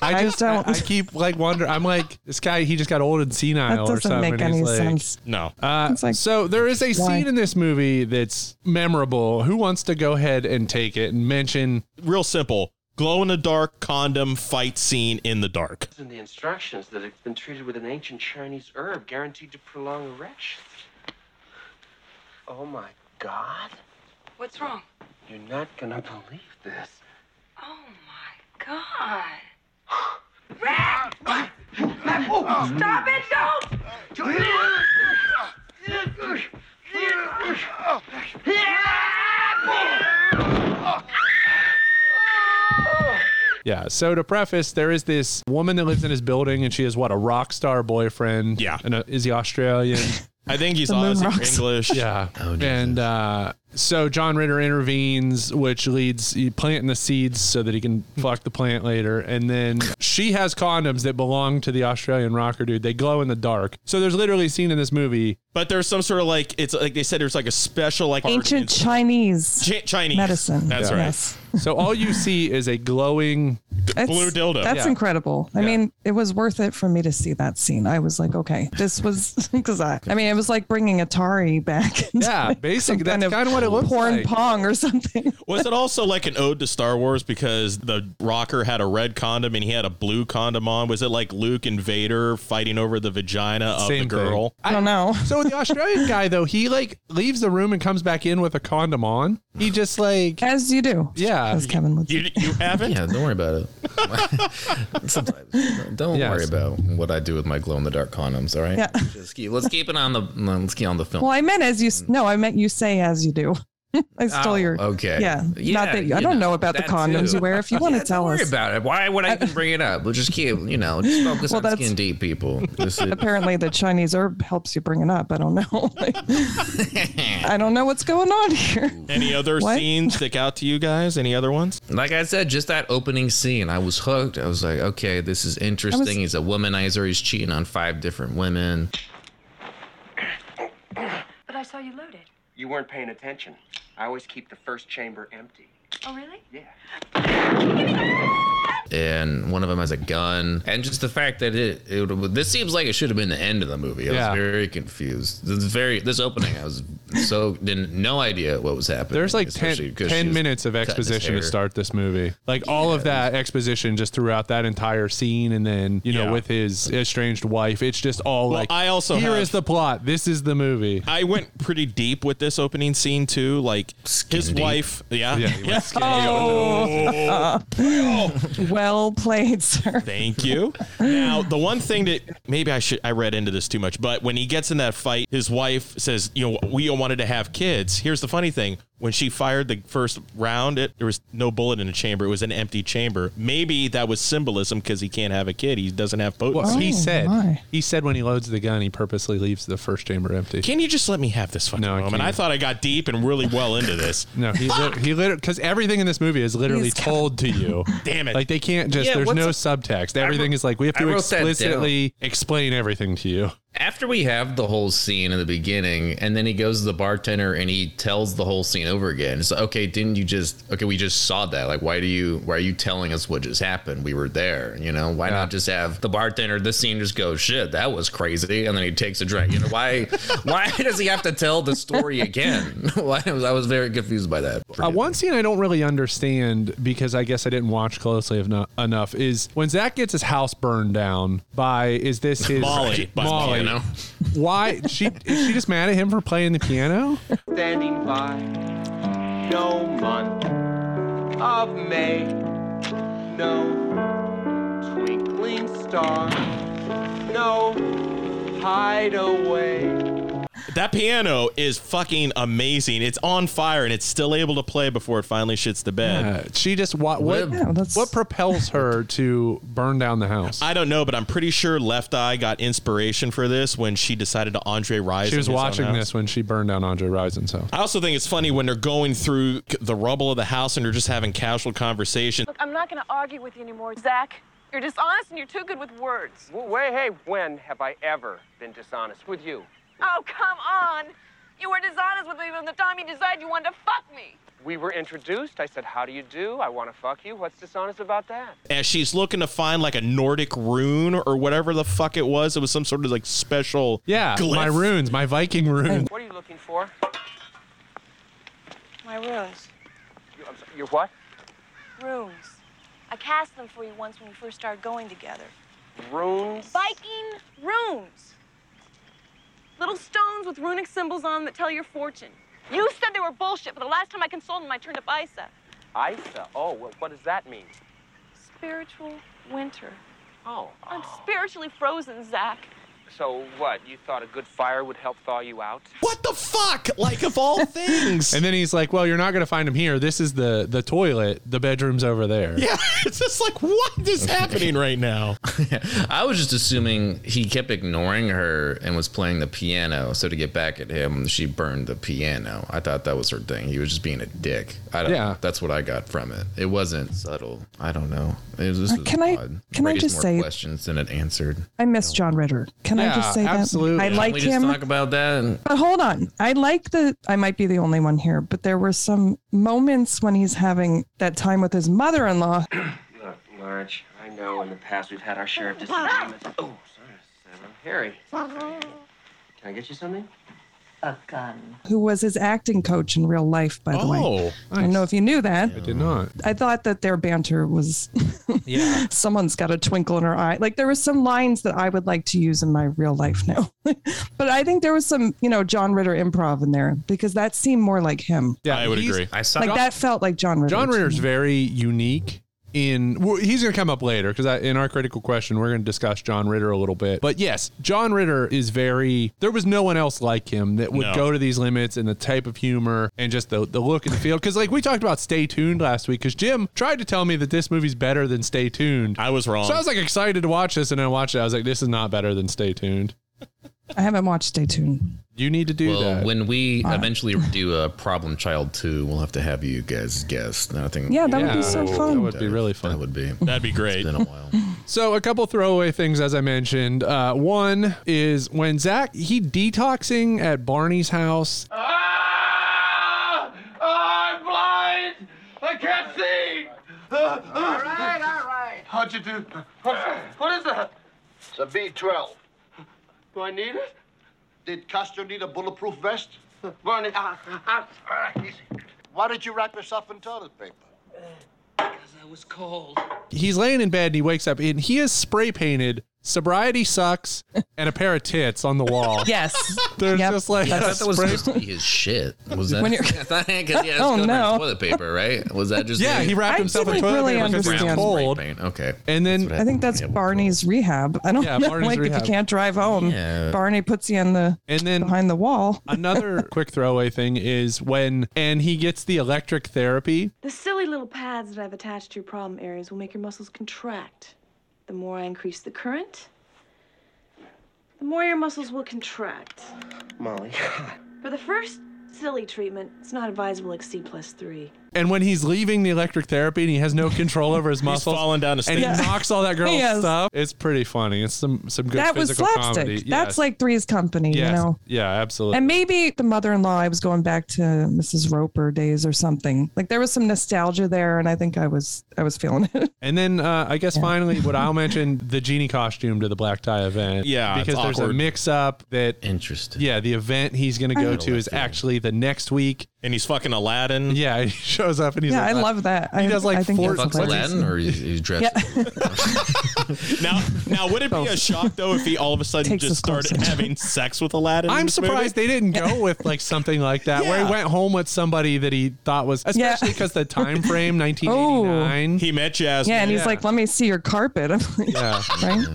B: I just I, I keep like wonder. I'm like this guy. He just got old and senile
C: That
B: or
C: doesn't
B: something.
C: make
B: and
C: any
B: he's like-
C: sense.
A: No.
B: Uh, so there is a
C: why?
B: scene in this movie that's memorable. Who wants to go ahead and take it and mention?
A: Real simple. Glow in the dark condom fight scene in the dark.
I: In the instructions that it's been treated with an ancient Chinese herb guaranteed to prolong erections. Oh my God.
J: What's wrong?
I: You're not gonna believe this.
J: Oh my god.
G: Rat! Stop it! Don't!
B: Yeah. So to preface, there is this woman that lives in his building, and she has what a rock star boyfriend. Yeah. And uh is he Australian?
A: I think he's
B: The moon
A: honestly
B: rocks.
A: English.
B: Yeah.
A: Oh,
B: and uh, so John Ritter intervenes, which leads he planting the seeds so that he can fuck the plant later. And then she has condoms that belong to the Australian rocker dude. They glow in the dark. So there's literally a scene in this movie.
A: But there's some sort of like it's like they said there's like a special like
C: Ancient Chinese
A: Chi- Chinese
C: medicine.
A: That's right.
B: so all you see is a glowing
C: It's- That's incredible. I mean, it was worth it for me to see that scene. I was like, okay, this was [laughs] because I, I mean, it was like bringing Atari back. [laughs] into,
B: Yeah,
C: like,
B: basic-
C: some
B: that's kinda what it looked
C: porn
B: like.
C: pong or something.
A: Was it also like an ode to Star Wars because the rocker had a red condom and he had a blue condom on? Was it like Luke and Vader fighting over the vagina of
B: Same
A: the girl?
C: I
B: [laughs]
C: don't know.
B: So the Australian guy though, he like leaves the room and comes back in with a condom on. He just like
C: as you do.
B: Yeah.
C: As Kevin would
A: You, you
C: [laughs]
A: haven't?
D: Yeah, don't worry about it. Sometimes. Don't
B: Yes.
D: worry about what I do with my glow in the dark condoms, all right?
C: Yeah.
D: Just keep, let's keep it on the let's keep on the film.
C: Well, I meant as you. No, I meant you say as you do. [laughs] I stole
D: Mm. Oh,
C: your.
D: Okay.
C: Yeah. Not that you, I don't know, about the
D: that
C: condoms
D: too.
C: you wear. If you
D: [laughs]
C: want
D: Yeah,
C: to tell
D: don't
C: us.
D: worry about it. Why would I even bring it up? We'll just keep, you know,
C: [laughs]
D: just focus
C: Well,
D: on
C: that's-
D: skin deep people. This
C: [laughs]
D: is-
C: Apparently, the Chinese herb helps you bring it up. I don't know. [laughs] Like, I don't know what's going on here.
A: Any other
C: What?
A: scenes stick out to you guys? Any other ones?
D: like I said, just that opening scene, I was hooked. I was like, okay, this is interesting. He's a womanizer. He's cheating on five different women.
K: But I saw you loaded.
I: You weren't paying attention. I always keep the first chamber empty.
K: Oh, really? Yeah.
D: and one of them has a gun and just the fact that it, it would- this seems like it should have been the end of the movie i
B: Yeah.
D: was very confused this is very this opening i was so didn't no idea what was happening
B: There's like 10,
D: especially 'cause she
B: 10
D: was
B: minutes of
D: cutting his
B: exposition to
D: hair.
B: start this movie. Like all of that exposition just throughout that entire scene. And then, you know,
A: Yeah.
B: with his estranged wife, it's just all
A: Well,
B: like,
A: I also
B: here is
A: have-
B: the plot. This is the movie.
A: I went pretty deep with this opening scene too. Like his
D: deep.
A: wife, yeah,
B: Yeah, he went
A: [laughs] yeah. [laughs]
C: Oh.
A: Oh.
C: well played, sir.
A: Thank you. Now, the one thing that maybe I should I read into this too much, but when he gets in that fight, his wife says, "You know, we wanted to have kids." Here's the funny thing: when she fired the first round, it there was no bullet in the chamber; it was an empty chamber. Maybe that was symbolism because he can't have a kid; he doesn't have potency.
B: Well, he
C: Oh,
B: said,
C: my.
B: he said when he loads the gun, he purposely leaves the first chamber empty.
A: Can you just let me have this fucking
B: No, I
A: moment?
B: can't.
A: I thought I got deep and really well into this.
B: [laughs] No, he lit he literally because everything in this movie is literally
C: He's got-
B: told
D: [laughs]
B: to you.
A: Damn it.
B: Like they can't just.
D: Yeah,
B: there's
D: what's
B: no
D: up-
B: subtext. Everything is like we have
D: I
B: to
D: wrote that down.
B: explicitly explain everything to you.
D: after we have the whole scene in the beginning and then he goes to the bartender and he tells the whole scene over again it's like okay didn't you just okay we just saw that like why do you why are you telling us what just happened we were there you know why not just have the bartender this scene just go shit that was crazy and then he takes a drink you know why [laughs] why does he have to tell the story again [laughs] why i was very confused by that
B: Uh, one scene I don't really understand because I guess I didn't watch closely eno- enough is when Zach gets his house burned down by is this his
A: Molly, by
B: Molly.
D: you know
B: Why she is she just mad at him for playing the piano?
E: Standing by, no month of May, no twinkling star, no hideaway.
A: That piano is fucking amazing. It's on fire and it's still able to play before it finally shits the bed.
B: Uh, she just what what,
C: Yeah, that's-
B: what propels her to burn down the house?
A: I don't know, but I'm pretty sure Left Eye got inspiration for this when she decided to Andre Rison.
B: she was
A: his own
B: watching
A: house.
B: this when she burned down Andre Risen's house.
A: I also think it's funny when they're going through c- the rubble of the house and they're just having casual conversation.
K: Look, I'm not going to argue with you anymore, Zach. You're dishonest and you're too good with words.
E: Well, wait, hey, when have I ever been dishonest with you?
K: Oh, come on. You were dishonest with me from the time you decided you wanted to fuck me.
E: We were introduced. I said, How do you do? I want to fuck you. What's dishonest about that?
A: As she's looking to find like a Nordic rune or whatever the fuck it was, it was some sort of like special.
B: Yeah,
A: glyph.
B: my runes, my Viking runes.
E: What are you looking for?
K: My runes.
E: You, I'm sorry, you're what?
K: Runes. I cast them for you once when we first started going together.
E: Runes?
K: Viking runes. Little stones with runic symbols on them that tell your fortune. You said they were bullshit, but the last time I consulted them, I turned up Isa.
E: Isa. Oh, well, what does that mean?
K: Spiritual winter.
E: Oh.
K: I'm spiritually frozen, Zach.
E: So what? You thought a good fire would help thaw you out?
A: What the fuck? Like of
B: [laughs]
A: all things.
B: And then he's like, "Well, you're not going to find him here. This is the the toilet. The bedroom's over there."
A: yeah, [laughs] it's just like what is happening right now?
D: I was just assuming he kept ignoring her and was playing the piano. So to get back at him, she burned the piano. I thought that was her thing. He was just being a dick. I don't,
B: Yeah.
D: that's what I got from it. It wasn't subtle. I don't know. It was, this
C: Uh,
D: was
C: can I-
D: odd.
C: can I
D: Raised
C: just
D: more
C: say-
D: questions than it answered?
C: I miss John Ritter. Can I
B: Yeah,
C: just say
B: absolutely.
C: that? I
B: Can
D: Can
C: like
D: we
C: him.
D: just talk about that? And
C: But hold on. I like the, I might be the only one here, but there were some moments when he's having that time with his mother in law.
I: Look, Marge, I know in the past we've had our share of disagreements. Oh, sorry, Sarah. Harry. Can I get you something?
K: A gun.
C: who was his acting coach in real life, by the way.
A: Oh,
C: I don't know if you knew that.
B: I did not.
C: I thought that their banter was, [laughs] yeah. someone's got a twinkle in her eye. Like there were some lines that I would like to use in my real life now, [laughs] but I think there was some, you know, John Ritter improv in there because that seemed more like him.
B: Yeah,
A: I would
B: he's-
A: agree.
D: I saw
C: Like that felt like John Ritter.
B: John
C: to
B: Ritter's
C: me.
B: very unique in well, he's going to come up later because in our critical question we're going to discuss John Ritter a little bit. But yes, John Ritter is very. There was no one else like him that would
A: No.
B: go to these limits and the type of humor and just the the look and the feel. Because like we talked about, Stay Tuned last week. Because Jim tried to tell me that this movie's better than Stay Tuned. I
A: was wrong.
B: So I was like excited to watch this, and I watched it. I was like, this is not better than Stay Tuned.
C: I haven't watched Stay Tuned.
B: You need to do
D: well,
B: that.
D: when we
C: All right.
D: eventually do a Problem Child 2, we'll have to have you guys guess. And I think
C: Yeah, that would be so fun. That would
B: be really fun.
D: That would
C: [laughs]
D: be.
A: That'd be great.
D: been a while.
B: So a couple throwaway things, as I mentioned. Uh, one is when Zach he detoxing at Barney's house.
E: Ah! I'm blind! I can't see! all right, all right. How'd you do? What's that? What is that?
L: It's a B-12.
E: Do I need it?
L: Did Castro need a bulletproof vest?
E: Barney, uh, uh, all right, easy.
L: Why did you wrap yourself in toilet paper?
E: I was cold.
B: He's laying in bed and he wakes up and he is spray painted. Sobriety sucks and a pair of tits on the
C: [laughs]
B: wall.
C: Yes.
B: There's just like
D: I
B: a
D: thought that was
B: spray-
D: supposed to be his shit. Was that? [laughs]
B: When
D: I
B: you're-
D: thought
B: [laughs]
D: because yeah,
B: Oh,
D: oh,
B: no.
D: no. toilet paper, right? Was that just?
B: Yeah, he wrapped I himself in didn't toilet really paper 'cause it's understand. cold.
D: Spray paint, Okay.
B: And then
C: I think that's Barney's rehab. I don't
B: Yeah,
C: know.
B: Barney's
C: like if
B: rehab.
C: you can't drive home,
B: Yeah.
C: Barney puts you in the
B: and then
C: behind the wall.
B: another quick throwaway thing is when and he gets the electric therapy.
K: The silly little pads that I've attached to your problem areas will make your muscles contract. The more I increase the current, the more your muscles will contract.
I: Molly.
K: [laughs] For the first silly treatment, it's not advisable to exceed plus three.
B: And when he's leaving the electric therapy and he has no control over
A: [laughs]
B: his muscles,
A: falling down a
B: and he
C: stairs.
B: knocks
C: [laughs]
B: all that girl's
C: Yes.
B: stuff. It's pretty funny. It's some some good
C: that was
B: physical
C: slapstick.
B: comedy.
C: That's
B: Yes.
C: like Three's Company,
B: Yes.
C: you know.
B: Yeah, absolutely.
C: And maybe the mother-in-law. I was going back to Mrs. Roper days or something. Like there was some nostalgia there, and I think I was I was feeling it.
B: And then uh, I guess finally, what
C: [laughs]
B: I'll mention the genie costume to the black tie event.
A: Yeah, it's
B: because there's a
A: awkward.
B: mix up that
D: interesting.
B: Yeah, the event he's going to
C: I
B: go
C: don't
B: to is actually the next week,
A: and he's fucking Aladdin.
B: Yeah, [laughs] he shows up and he's
C: yeah,
B: like,
C: I love that.
B: He
C: I,
B: does like
C: I think
B: four-
C: that's
B: Fucks
C: hilarious.
B: Aladdin
D: Or he's, he's dressed.
C: Yeah.
A: now, now would
C: Oh.
A: it be a shock though if he all of a sudden just started having sex with Aladdin? in
B: I'm
A: this movie?
B: surprised they didn't go
C: [laughs]
B: with like something like that, where he
A: Yeah.
B: went home with somebody that he thought was, especially because the
C: [laughs]
B: time
C: Oh.
B: frame 1989.
A: He met Jasmine.
C: Yeah, and he's like, "Let me see your carpet." [laughs] I'm like,
B: Yeah.
C: right.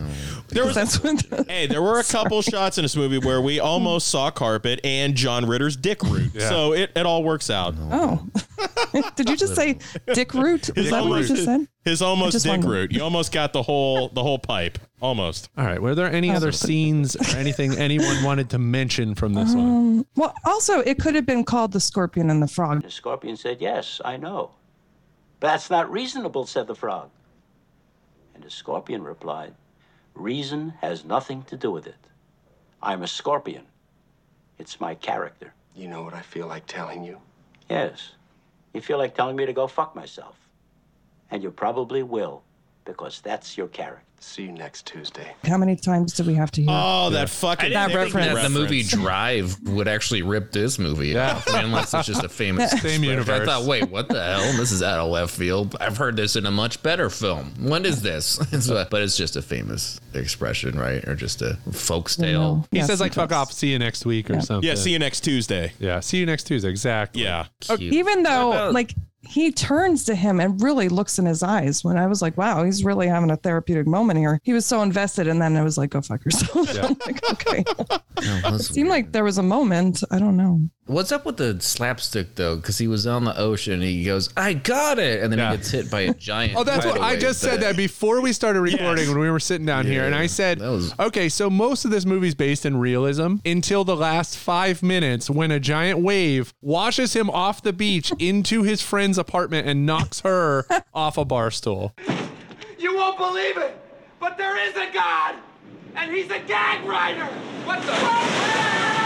A: There was,
C: that's what
A: hey, there were
C: [laughs]
A: a couple shots in this movie where we almost saw carpet and John Ritter's dick root.
B: Yeah.
A: So it, it all works out.
C: Oh, [laughs] did you just say Dick Root? Is that what you just said?
A: His
C: I
A: almost
C: just
A: dick
C: wondered.
A: root. You almost got the whole the whole pipe. Almost.
B: [laughs] All right. Were there any other scenes or anything anyone wanted to mention from this one?
C: Um, well, also, it could have been called the Scorpion and the Frog.
M: The scorpion said, Yes, I know. But that's not reasonable, said the frog. And the scorpion replied, Reason has nothing to do with it. I'm a scorpion. It's my character.
I: You know what I feel like telling you?
M: Yes, you feel like telling me to go fuck myself. And you probably will, because that's your character. See you next Tuesday.
C: How many times do we have to hear?
B: Uh,
A: Oh, fucking
C: That reference.
D: That the movie Drive would actually rip this movie off, unless it's just a famous
B: Yeah. Same
D: script. I
B: universe.
D: thought, wait, what the hell? This is out of left field. I've heard this in a much better film. When is this? [laughs] It's a- but it's just a famous expression, right? Or just a folk tale.
B: He says like "fuck off, see you next week" or something.
A: Yeah, see you next Tuesday.
B: Yeah, see you next Tuesday. Exactly.
A: Yeah.
C: Even though, like, he turns to him and really looks in his eyes. When I was like, "Wow, he's really having a therapeutic moment here." He was so invested, and then I was like, "Go fuck yourself."
D: Yeah.
C: I'm [laughs] like, okay.
D: [laughs] It
C: Seemed like there was a moment. I don't know.
D: What's up with the slapstick though? Because he was on the ocean and he goes, "I got it," and then he gets hit by a giant.
B: Oh, that's what I
D: tidal
B: just
D: wave
B: said that before we started recording when we were sitting down here, and I said, "Okay, so most of this movie's based in realism until the last five minutes when a giant wave washes him off the beach [laughs] into his friend's apartment and knocks her [laughs] off a bar stool."
E: You won't believe it, but there is a God, and he's a gag writer. What the?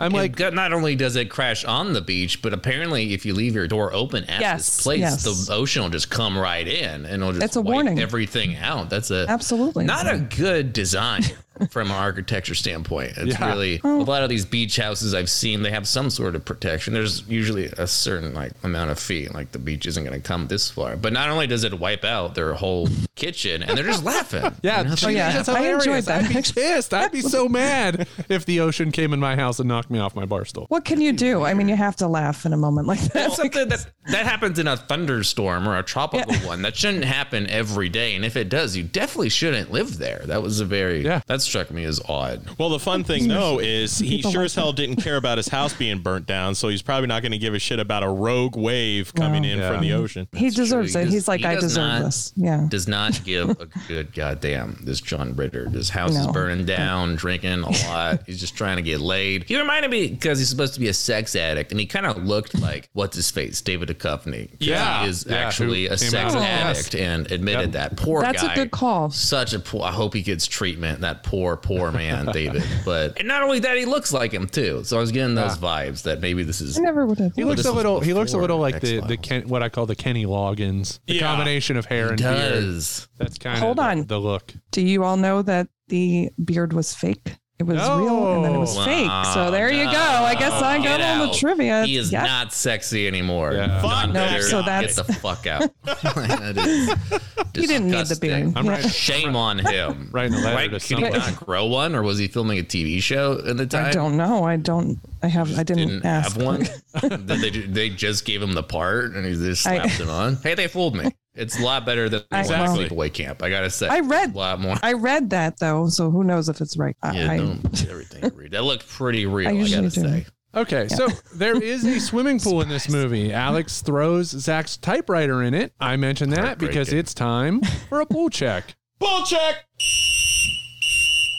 B: I'm
D: like, not only does it crash on the beach, but apparently if you leave your door open at
C: Yes,
D: this place,
C: yes.
D: the ocean will just come right in and it'll just
C: It's a
D: wipe
C: warning.
D: everything out. That's a
C: Absolutely.
D: not a good design. [laughs] from an architecture standpoint. It's
N: Yeah.
D: really a lot of these beach houses I've seen. They have some sort of protection. There's usually a certain like amount of feet. Like the beach isn't going to come this far. But not only does it wipe out their whole kitchen, and they're just laughing.
B: Yeah,
D: And I was
B: oh,
D: like,
B: yeah.
D: "That's
B: I
D: hilarious."
B: enjoyed that. I'd be pissed. I'd be so mad if the ocean came in my house and knocked me off my bar stool.
C: What can you do? I mean, you have to laugh in a moment like that.
D: That's something that that happens in a thunderstorm or a tropical one. That shouldn't happen every day. And if it does, you definitely shouldn't live there. That was a very yeah. that struck me as odd.
A: Well, the fun thing though is he
D: People
A: sure
D: like
A: as hell didn't care about his house being burnt down, so he's probably not going to give a shit about a rogue wave coming
C: No.
A: in from the ocean.
C: [laughs] he deserves it. He's like, I deserve this. Yeah.
D: Does
C: [laughs]
D: not give a good goddamn. This John Ritter. His house is
C: No.
D: burning down, drinking
C: [laughs]
D: a lot. he's just trying to get laid. He reminded me because he's supposed to be a sex addict, and he kind of looked like what's his face, David Duchovny. 'Cause
N: Yeah.
D: he is
N: Yeah, who
D: actually a
N: came
D: sex
N: out as-
D: addict and admitted that. Poor
C: That's
D: guy.
C: a good call.
D: Such a poor. I hope he gets treatment. That poor, poor [laughs] man, David. But Ah. and not only that, he looks like him too. So I was getting those vibes that maybe this is.
C: I never would have.
B: He
D: Well,
B: looks
D: this
B: a
D: was
B: little. He looks a
D: before
B: little like the the Ken, what I call the Kenny Loggins, the
D: Yeah.
B: combination of hair
D: He
B: and
D: does.
B: beard. That's kind of
C: Hold on.
B: The, the look.
C: Do you all know that the beard was fake? It was real and then it was
D: No.
C: fake. So there you go. I guess I
D: Get
C: got all the
D: out.
C: trivia.
D: He is
C: Yeah.
D: not sexy anymore.
C: Fuck that
D: Ritter,
C: guy. So
D: get
C: that's-
D: the fuck
C: [laughs]
D: out. [laughs] That is
C: He didn't need the
D: disgusting.
C: beard.
D: I'm [laughs]
C: Yeah.
D: right. Shame on him.
B: Right,
C: letter
D: Why
C: to
D: could he
C: somebody.
D: not grow one, or was he filming a TV show at the time?
C: I don't know. I don't. I have. I didn't,
D: Didn't
C: ask.
D: have one. [laughs] Did they, they just gave him the part, and he just
C: I-
D: slapped it
C: [laughs]
D: on. Hey, they fooled me. It's a lot better than
C: I-
D: exactly. sleepaway camp. I gotta say,
C: I read-
D: a lot
C: [laughs]
D: more.
C: [laughs] I read that though, so who knows if it's right. I,
D: yeah,
C: I-
D: don't everything you read. That looked pretty real.
C: I
D: I,
C: usually
D: gotta
C: do.
D: say.
B: Okay, so there is a swimming pool in this movie. Alex throws Zach's typewriter in it. I mentioned that because
N: Heartbreaking.
B: it's time for a pool check.
A: Bull check.
C: [laughs]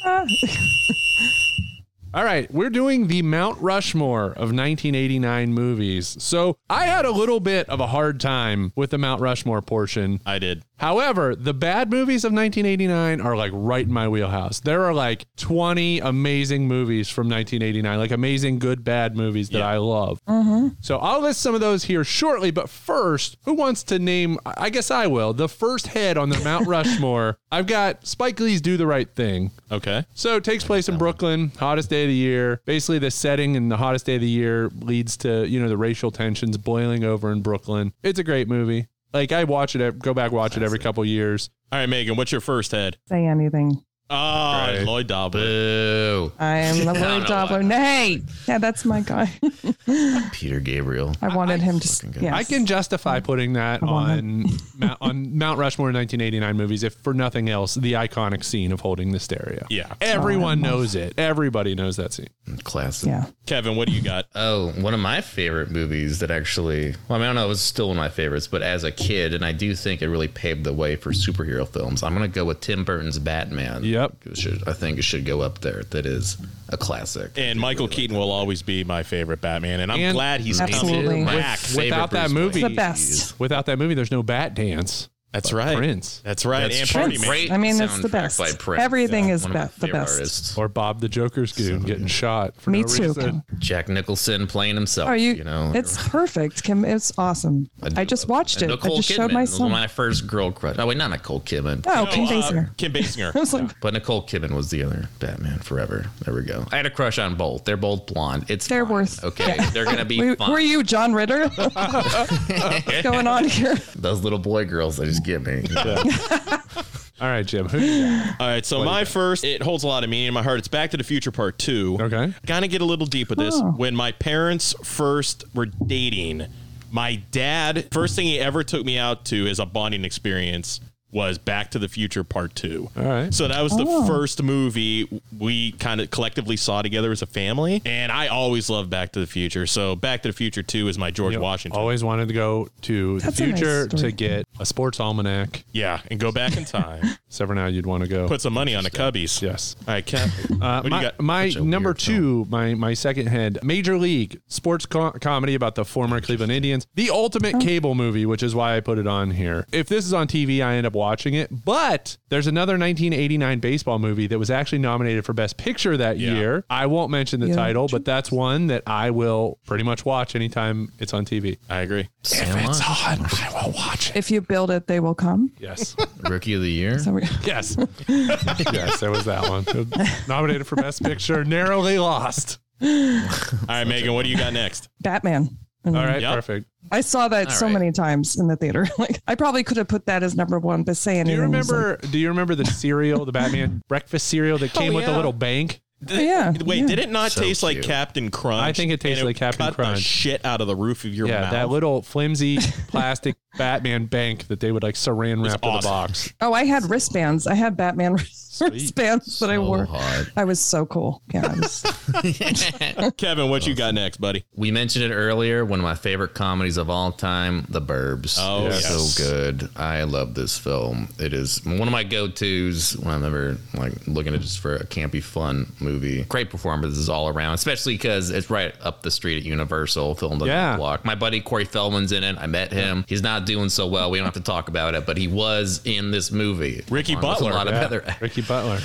C: Ah. [laughs]
B: All right, we're doing the Mount Rushmore of 1989 movies. So I had a little bit of a hard time with the Mount Rushmore portion.
A: I did.
B: However, the bad movies of 1989 are like right in my wheelhouse. There are like 20 amazing movies from 1989, like amazing good bad movies that I love.
N: Mhm.
B: So I'll list some of those here shortly. But first, who wants to name? I guess I will. The first head on the Mount Rushmore. I've got Spike Lee's "Do the Right Thing."
A: Okay.
B: So it takes place in Brooklyn, hottest day of the year. Basically, the setting and the hottest day of the year leads to you know the racial tensions boiling over in Brooklyn. It's a great movie. Like I watch it, go back watch it every couple years.
A: All right, Megan, what's your first head?
C: say anything.
A: Oh, Lloyd Dobler.
D: Oh,
C: I am the
A: I don't
C: Lloyd
A: know
C: Dobler. Nay. Yeah, that's my guy. [laughs]
D: Peter Gabriel.
C: I wanted him to. s- Yes.
B: I can justify putting that
C: [laughs]
B: on Mount, on Mount Rushmore 1989 movies, if for nothing else, the iconic scene of holding the stereo.
A: Yeah,
B: everyone knows it. Everybody knows that scene.
D: Classic.
C: Yeah.
A: Kevin, what do
B: [laughs]
A: you got?
D: Oh, one of my favorite movies that actually, well, I mean, I don't know, it was still one of my favorites, but as a kid, and I do think it really paved the way for superhero films. I'm going to go with Tim Burton's Batman.
B: Yep.
D: It should, I think it should go up there. That is a classic.
A: And Michael Keaton will always be my favorite Batman, and I'm
B: And-
A: glad he's
B: Absolutely.
A: coming back.
B: With- without that movie,
C: The best.
B: Without that movie, there's no bat dance.
A: That's right.
B: Prince.
A: That's right.
B: That's
A: and
B: true.
A: Party Man.
C: I mean, it's the best. Everything is be- the best.
B: Or Bob the Joker's goon getting shot for
C: Me
B: no
C: too,
B: reason.
D: Jack Nicholson playing himself.
C: Are you?
D: you know,
C: it's perfect, Kim. It's awesome. I, just watched
D: And
C: it. I
D: Nicole
C: just
D: Kidman
C: showed my
D: was
C: son.
D: my first girl crush. Oh wait, not Nicole Kidman.
C: No, Kim No, uh, Basinger.
A: Oh, Kim Basinger.
C: I was like-
D: but Nicole Kidman was the other Batman forever. There we go. I had a crush on both. They're both blonde. It's
C: They're worth.
D: okay.
C: yeah.
D: They're
C: [laughs]
D: gonna be
C: Were,
D: fine.
C: were you John Ritter? [laughs] What's going on here?
D: Those little boy girls they just get me.
B: All right, Jim.
A: All right, so my first, it holds a lot of meaning in my heart. It's Back to the Future Part 2.
B: Okay.
A: Kind of get a little deep with this.
B: Oh.
A: When my parents first were dating, my dad, first thing he ever took me out to as a bonding experience was Back to the Future Part 2. All
B: right.
A: So that was the
B: Oh.
A: first movie we kind of collectively saw together as a family. And I always loved Back to the Future. So Back to the Future 2 is my George Washington.
B: Always wanted to go to
A: That's a
B: the
A: nice
B: future
A: story.
B: to get a sports almanac.
A: Yeah, and go back in time.
B: [laughs] So for now, you'd want to go
A: Put some money on the Cubbies.
B: Yes.
A: All right, Kev.
B: Uh,
A: what do you
B: my
A: got?
B: my number two, my my second head, Major League sports co- comedy about
A: Oh.
B: the former Cleveland Indians, the ultimate cable movie, which is why I put it on here. If this is on TV, I end up watching it. But there's another 1989 baseball movie that was actually nominated for Best Picture that year. I won't mention the
A: Yeah.
B: title, but that's one that I will pretty much watch anytime it's on TV.
A: I agree.
B: If it's on, I will watch.
C: If you build it, they will come.
B: Yes. [laughs]
D: Rookie of the year.
C: So we- [laughs]
B: Yes. [laughs] yes, there was that one. [laughs] Nominated for Best Picture, narrowly lost.
A: All right, Megan, what do you got next?
C: Batman. And
B: All right, perfect.
C: I saw that
B: All
C: so
B: right.
C: many times in the theater. [laughs] Like I probably could have put that as number one, but say
B: Do
C: anything.
B: you
C: is like-
B: remember? Do you remember the cereal, the [laughs] Batman breakfast cereal that
A: Oh,
B: came with a
A: yeah.
B: little bank?
C: yeah.
A: [laughs] Wait,
B: Oh, yeah.
A: did it not
B: So
A: taste like
B: cute.
A: Captain Crunch?
B: I think it tasted
A: And
B: like Captain
A: cut the
B: Crunch.
A: shit out of the roof of your
B: yeah,
A: mouth.
B: that little [laughs] flimsy plastic Batman bank that they would like Saran wrap to the
A: awesome.
B: box.
C: Oh, I had wristbands. I had Batman [laughs] wristbands that I wore. I was so cool. Yeah. I was-
A: Kevin, what you got next, buddy?
D: We mentioned it earlier. One of my favorite comedies of all time, The Burbs.
A: Oh,
D: It's
A: yes.
D: so good. I love this film. It is one of my go-tos when I'm ever like looking at just for a campy, fun movie. Great performances all around, especially because it's right up the street at Universal. Filmed on
B: Yeah.
D: the block. My buddy Corey Feldman's in it. I met him. He's not doing so well. We don't have to talk about it, but he was in this movie.
A: Ricky
D: Along with
A: Butler.
D: A lot
A: Yeah.
D: of other
B: Ricky [laughs] Butler.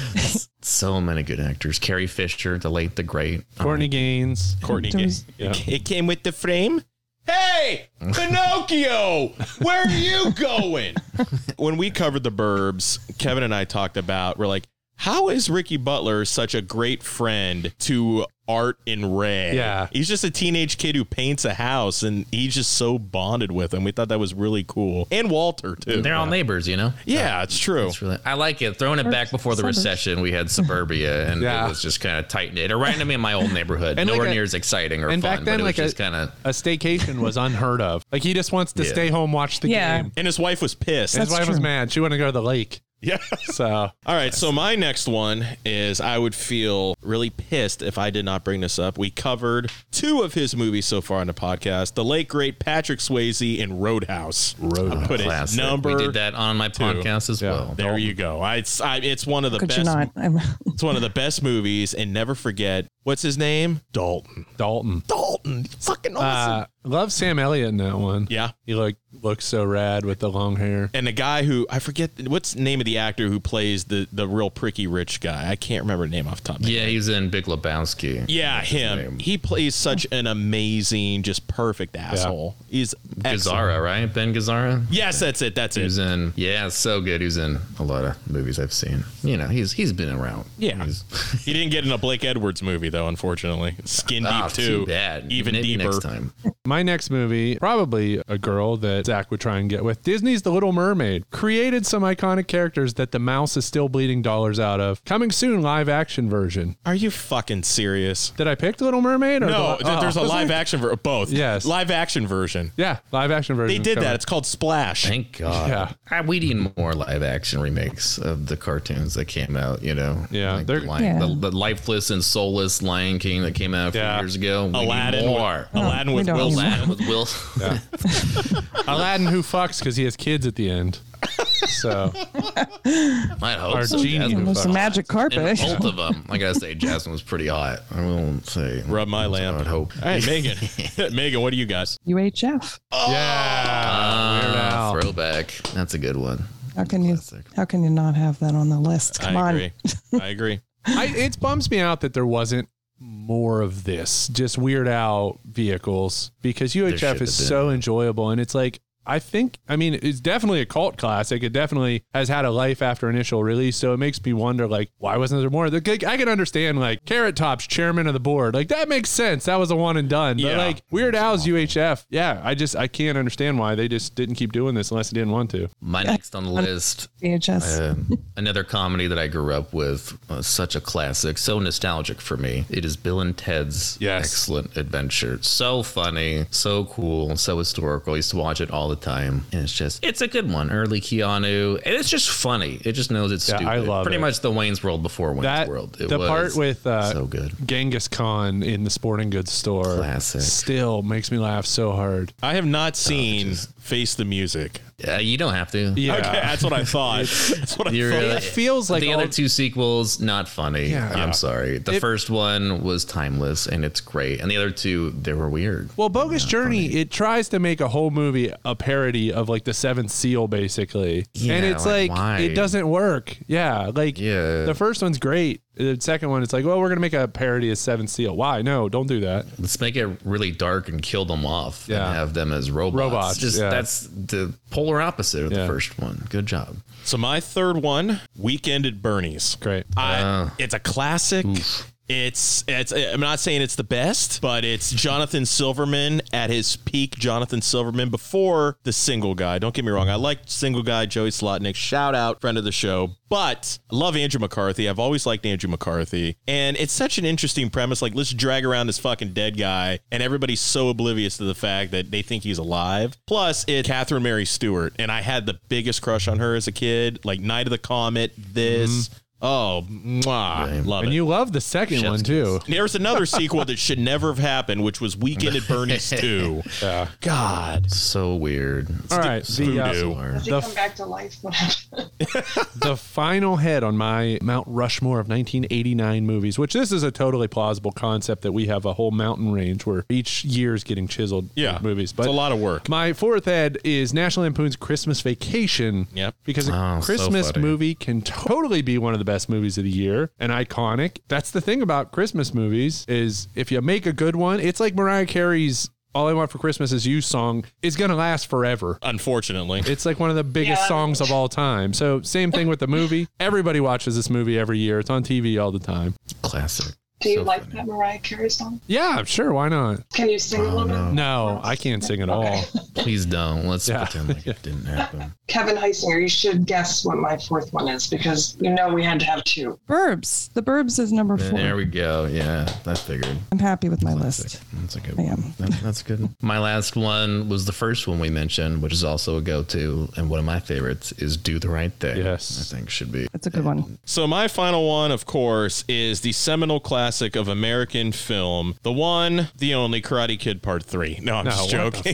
D: so many good actors. Carrie Fisher, the late, the great.
B: Courtney Gaines.
A: Courtney Gaines. It came with the frame. Hey, Pinocchio, where are you going? [laughs] when we covered the Burbs, Kevin and I talked about, we're like, how is Ricky Butler such a great friend to Art and Ray?
B: Yeah.
A: He's just a teenage kid who paints a house and he's just so bonded with him. We thought that was really cool. And Walter, too.
D: They're all neighbors, you know?
A: Yeah, it's true.
D: It's really, I like it. Throwing it back before the
A: Suburbs.
D: recession, we had
B: [laughs]
D: suburbia, and
B: Yeah.
D: it was just kind of tight knit. It reminded me of my old neighborhood.
B: And like
D: Nowhere
B: a-
D: near as exciting or
B: and
D: fun,
B: back then,
D: but it
B: like a-
D: was just kind of.
B: A staycation was unheard of. Like he just wants to
D: Yeah.
B: stay home, watch the
C: Yeah.
B: game.
A: And his wife was pissed.
B: His wife was mad. She wanted to go to the lake.
A: [laughs] Yeah.
B: So all
A: right. So my next one is I would feel really pissed if I did not bring this up. We covered two of his movies so far on the podcast: the late great Patrick Swayze in Roadhouse. Roadhouse. I put it
D: Classic.
A: number.
D: We did that on my podcast as well.
A: There you go. I, it's I, it's one of the
C: Could you
A: best.
C: not? I'm- [laughs]
A: It's one of the best movies, and never forget what's his name, Dalton.
B: Dalton.
A: Dalton. Fucking awesome.
B: Uh, love Sam Elliott in that one.
A: Yeah.
B: He like looks so rad with the long hair.
A: and the guy who I forget what's the name of the actor who plays the the real pricky rich guy. I can't remember the name off the top. Of my
D: Yeah, he's in Big Lebowski.
A: Yeah, him. He plays such an amazing, just perfect asshole. He's
D: Gazzara,
A: excellent.
D: right? Ben Gazzara?
A: Yes, that's it. That's
D: He
A: it.
D: was in, yeah, so good. He was in a lot of movies I've seen. You know, he's he's been around.
A: Yeah, he didn't get in a Blake Edwards movie though, unfortunately. Skin
D: [laughs]
A: deep
D: Ah,
A: too.
D: too bad.
A: Even
D: Maybe
A: deeper.
D: next time.
B: My next movie, probably a girl that Zach would try and get with. Disney's The Little Mermaid created some iconic characters that the mouse is still bleeding dollars out of. Coming soon, live action version.
A: Are you fucking serious?
B: Did I pick The Little Mermaid? Or
A: No,
B: the-
A: th- there's
B: oh,
A: a
B: was I?
A: live action ver- both.
B: Yes.
A: live action version.
B: Yeah, live action version.
A: They did that. It's called Splash.
D: Thank God.
B: Yeah.
D: Ah, we need more live action remakes of the cartoons that came out, you know.
B: Yeah.
D: Like the, Lion-
C: Yeah.
D: The, the lifeless and soulless Lion King that came out a few years ago. We need
A: Aladdin with-
D: more.
A: Aladdin
C: we
A: with
C: don't
A: Will.
C: need more.
A: Smith.
D: Aladdin with Will. [laughs]
B: Aladdin who fucks because he has kids at the end.
A: [laughs]
B: So
D: I hope
B: Our
D: so.
B: genius.
D: Jasmine was
C: It's a
D: hot.
C: magic
D: And
C: carpet.
D: both of them. I gotta say, Jasmine was pretty hot. I won't say.
A: Rub my lamp.
D: I hope. [laughs]
A: All right, Megan. Megan, what do you got?
C: UHF.
B: Uh,
D: Ah, throwback. That's a good one.
C: How can you? How can you not have that on the list? Come
A: I
C: on.
A: agree. I agree.
B: I, it bums me out that there wasn't more of this, just Weird Al vehicles, because
D: should
B: UHF
D: have
B: is so enjoyable. And it's like, I think, I mean, it's definitely a cult classic. It definitely has had a life after initial release. So it makes me wonder, like, why wasn't there more? Like, I can understand, like, Carrot Top's chairman of the board. Like, that makes sense. That was a one and done. But,
A: Yeah.
B: like, Weird Al's UHF, yeah, I just, I can't understand why they just didn't keep doing this unless they didn't want to.
D: My next on the list
C: VHS.
D: Um, [laughs] another comedy that I grew up with, uh, such a classic, so nostalgic for me. It is Bill and Ted's Excellent Adventure. So funny, so cool, so historical. I used to watch it all the time, and it's just it's a good one. Early Keanu, and it's just funny. It just knows it's
B: Yeah,
D: stupid.
B: I love
D: pretty
B: it.
D: much the Wayne's World before Wayne's
B: That-
D: World. It
B: the
D: was
B: part with uh,
D: so good.
B: Genghis Khan in the sporting goods store
D: Classic.
B: still makes me laugh so hard.
A: I have not seen Face the Music.
D: Uh, you don't have to.
A: Yeah. Okay, that's what I thought. that's what I
D: You
A: thought.
D: really-
B: [laughs]
A: It feels like
D: the
A: all-
D: other two sequels not funny.
A: Yeah. Yeah.
D: I'm sorry. The
A: It-
D: first one was timeless and it's great, and the other two they were weird.
B: Well, Bogus Journey, it tries to make a whole movie a parody of like the Seventh Seal, basically,
D: Yeah,
B: and it's
D: like,
B: like,
D: why?
B: it doesn't work. Yeah, like
D: yeah.
B: the first one's great. The second one, it's like, well, we're gonna make a parody of Seventh Seal. Why? No, don't do that.
D: Let's make it really dark and kill them off and have them as robots.
B: Robots,
D: Just
B: yeah.
D: that's the polar opposite of the first one. Good job.
A: So my third one, Weekend at Bernie's.
B: Great.
A: I, It's a classic. It's it's I'm not saying it's the best, but it's Jonathan Silverman at his peak. Jonathan Silverman before the single guy. Don't get me wrong, I like single guy Joey Slotnick. Shout out, friend of the show. But I love Andrew McCarthy. I've always liked Andrew McCarthy, and it's such an interesting premise. Like let's drag around this fucking dead guy, and everybody's so oblivious to the fact that they think he's alive. Plus, it's Catherine Mary Stewart, and I had the biggest crush on her as a kid. Like Night of the Comet, this. Oh, mwah, love
B: and
A: it.
B: you love the second one too.
A: There's another sequel that should never have happened, which was Weekend at [laughs] Bernie's 2.
B: Yeah.
A: God.
D: So weird.
B: All right, the, uh,
N: Does he
B: The
N: come back to life? What happened?
B: the final head on my Mount Rushmore of 1989 movies, which this is a totally plausible concept that we have a whole mountain range where each year is getting chiseled
A: Yeah.
B: movies. But
A: It's a lot of work.
B: My fourth head is National Lampoon's Christmas Vacation.
A: Yep.
B: Because a
A: Oh, so
B: Christmas
A: funny.
B: movie can totally be one of the best movies of the year and iconic. That's the thing about Christmas movies is if you make a good one, it's like Mariah Carey's all I Want for Christmas is You song is going to last forever.
A: Unfortunately.
B: It's like one of the biggest songs of all time. So, same thing with the movie. [laughs] Everybody watches this movie every year. It's on TV all the time.
D: Classic.
N: Do you like that Mariah Carey song?
B: Yeah, sure. Why not?
N: Can you sing a little bit?
B: No, I can't sing at all.
D: Please don't. Let's pretend
B: [laughs]
D: like it didn't happen.
N: Kevin Heisinger, you should guess what my fourth one is because you know we had to have two.
C: Burbs. The Burbs is number four.
D: There we go. Yeah, that figured.
C: I'm happy with my list.
D: That's a good
C: I am.
D: That- that's good. My last one was the first one we mentioned, which is also a go-to, and one of my favorites is "Do the Right Thing." Yes, I think should be.
C: That's a good one.
A: So my final one, of course, is the seminal classic of American film, the one, the only Karate Kid Part Three. No, I'm
D: No,
A: just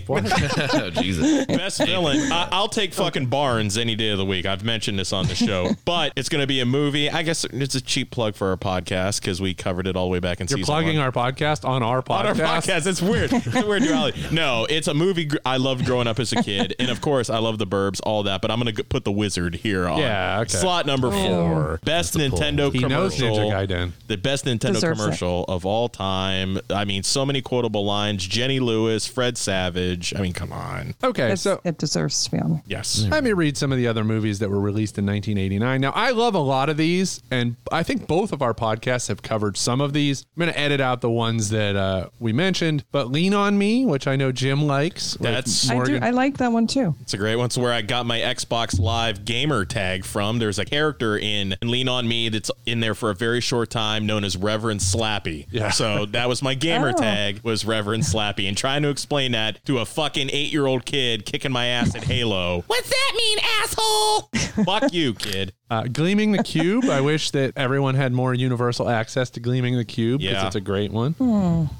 D: what the
A: joking.
D: fuck? [laughs] Oh, Jesus.
A: [laughs] Best villain. I, I'll take fucking Barnes any day of the week. I've mentioned this on
D: [laughs]
A: the show, but it's going to be a movie. I guess it's a cheap plug for our podcast because we covered it all the way back in
B: You're
A: season
B: plugging
A: one.
B: our podcast on our podcast.
A: On our podcast, it's weird. It's a weird duality. No, it's a movie gr- I loved growing up as a kid, and of course, I love the Burbs, all that. But I'm gonna g- put the Wizard here on
B: Yeah, okay.
A: slot number
B: Yeah.
A: four, best
B: Oh. That's a pull.
A: Nintendo
B: He knows
A: commercial.
B: Ninja Gaiden.
A: The best Nintendo
B: Deserves it.
A: commercial of all time. I mean, so many quotable lines. Jenny Lewis, Fred Savage. I mean, come on.
B: Okay,
C: It's-
B: so
C: it deserves to be on.
A: Yes.
B: Let me read some of the other movies that were released in 1989. Now, I love a lot of these, and I think both of our podcasts have covered some of these. I'm going to edit out the ones that uh, we mentioned, but Lean on Me, which I know Jim likes. with
A: That's- I do-
C: I do.
B: Morgan.
C: I like that one too.
A: It's a great one. It's where I got my Xbox Live gamer tag from. There's a character in Lean On Me that's in there for a very short time, known as Reverend Slappy. Yeah. So that was my gamer
B: Oh.
A: tag was Reverend Slappy, and trying to explain that to a fucking eight year old kid kicking my ass at Halo. What's that mean, asshole? Fuck you, kid.
B: Uh, Gleaming the Cube. I wish that everyone had more universal access to Gleaming the Cube because
A: Yeah.
B: it's a great one.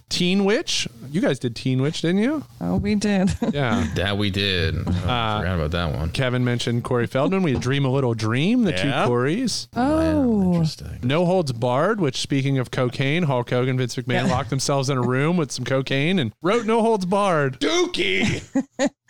B: Teen Witch. You guys did Teen Witch, didn't you?
C: Oh, we did.
B: Yeah.
D: That we did. Oh, I
B: Uh,
D: forgot about that one.
B: Kevin mentioned Corey Feldman. We had Dream a Little Dream, the
D: Yeah.
B: two Coreys.
C: Oh.
B: No Holds Barred, which speaking of cocaine, Hulk Hogan, Vince McMahon locked themselves in a room with some cocaine and wrote No Holds
A: [laughs]
B: Barred.
A: Dookie!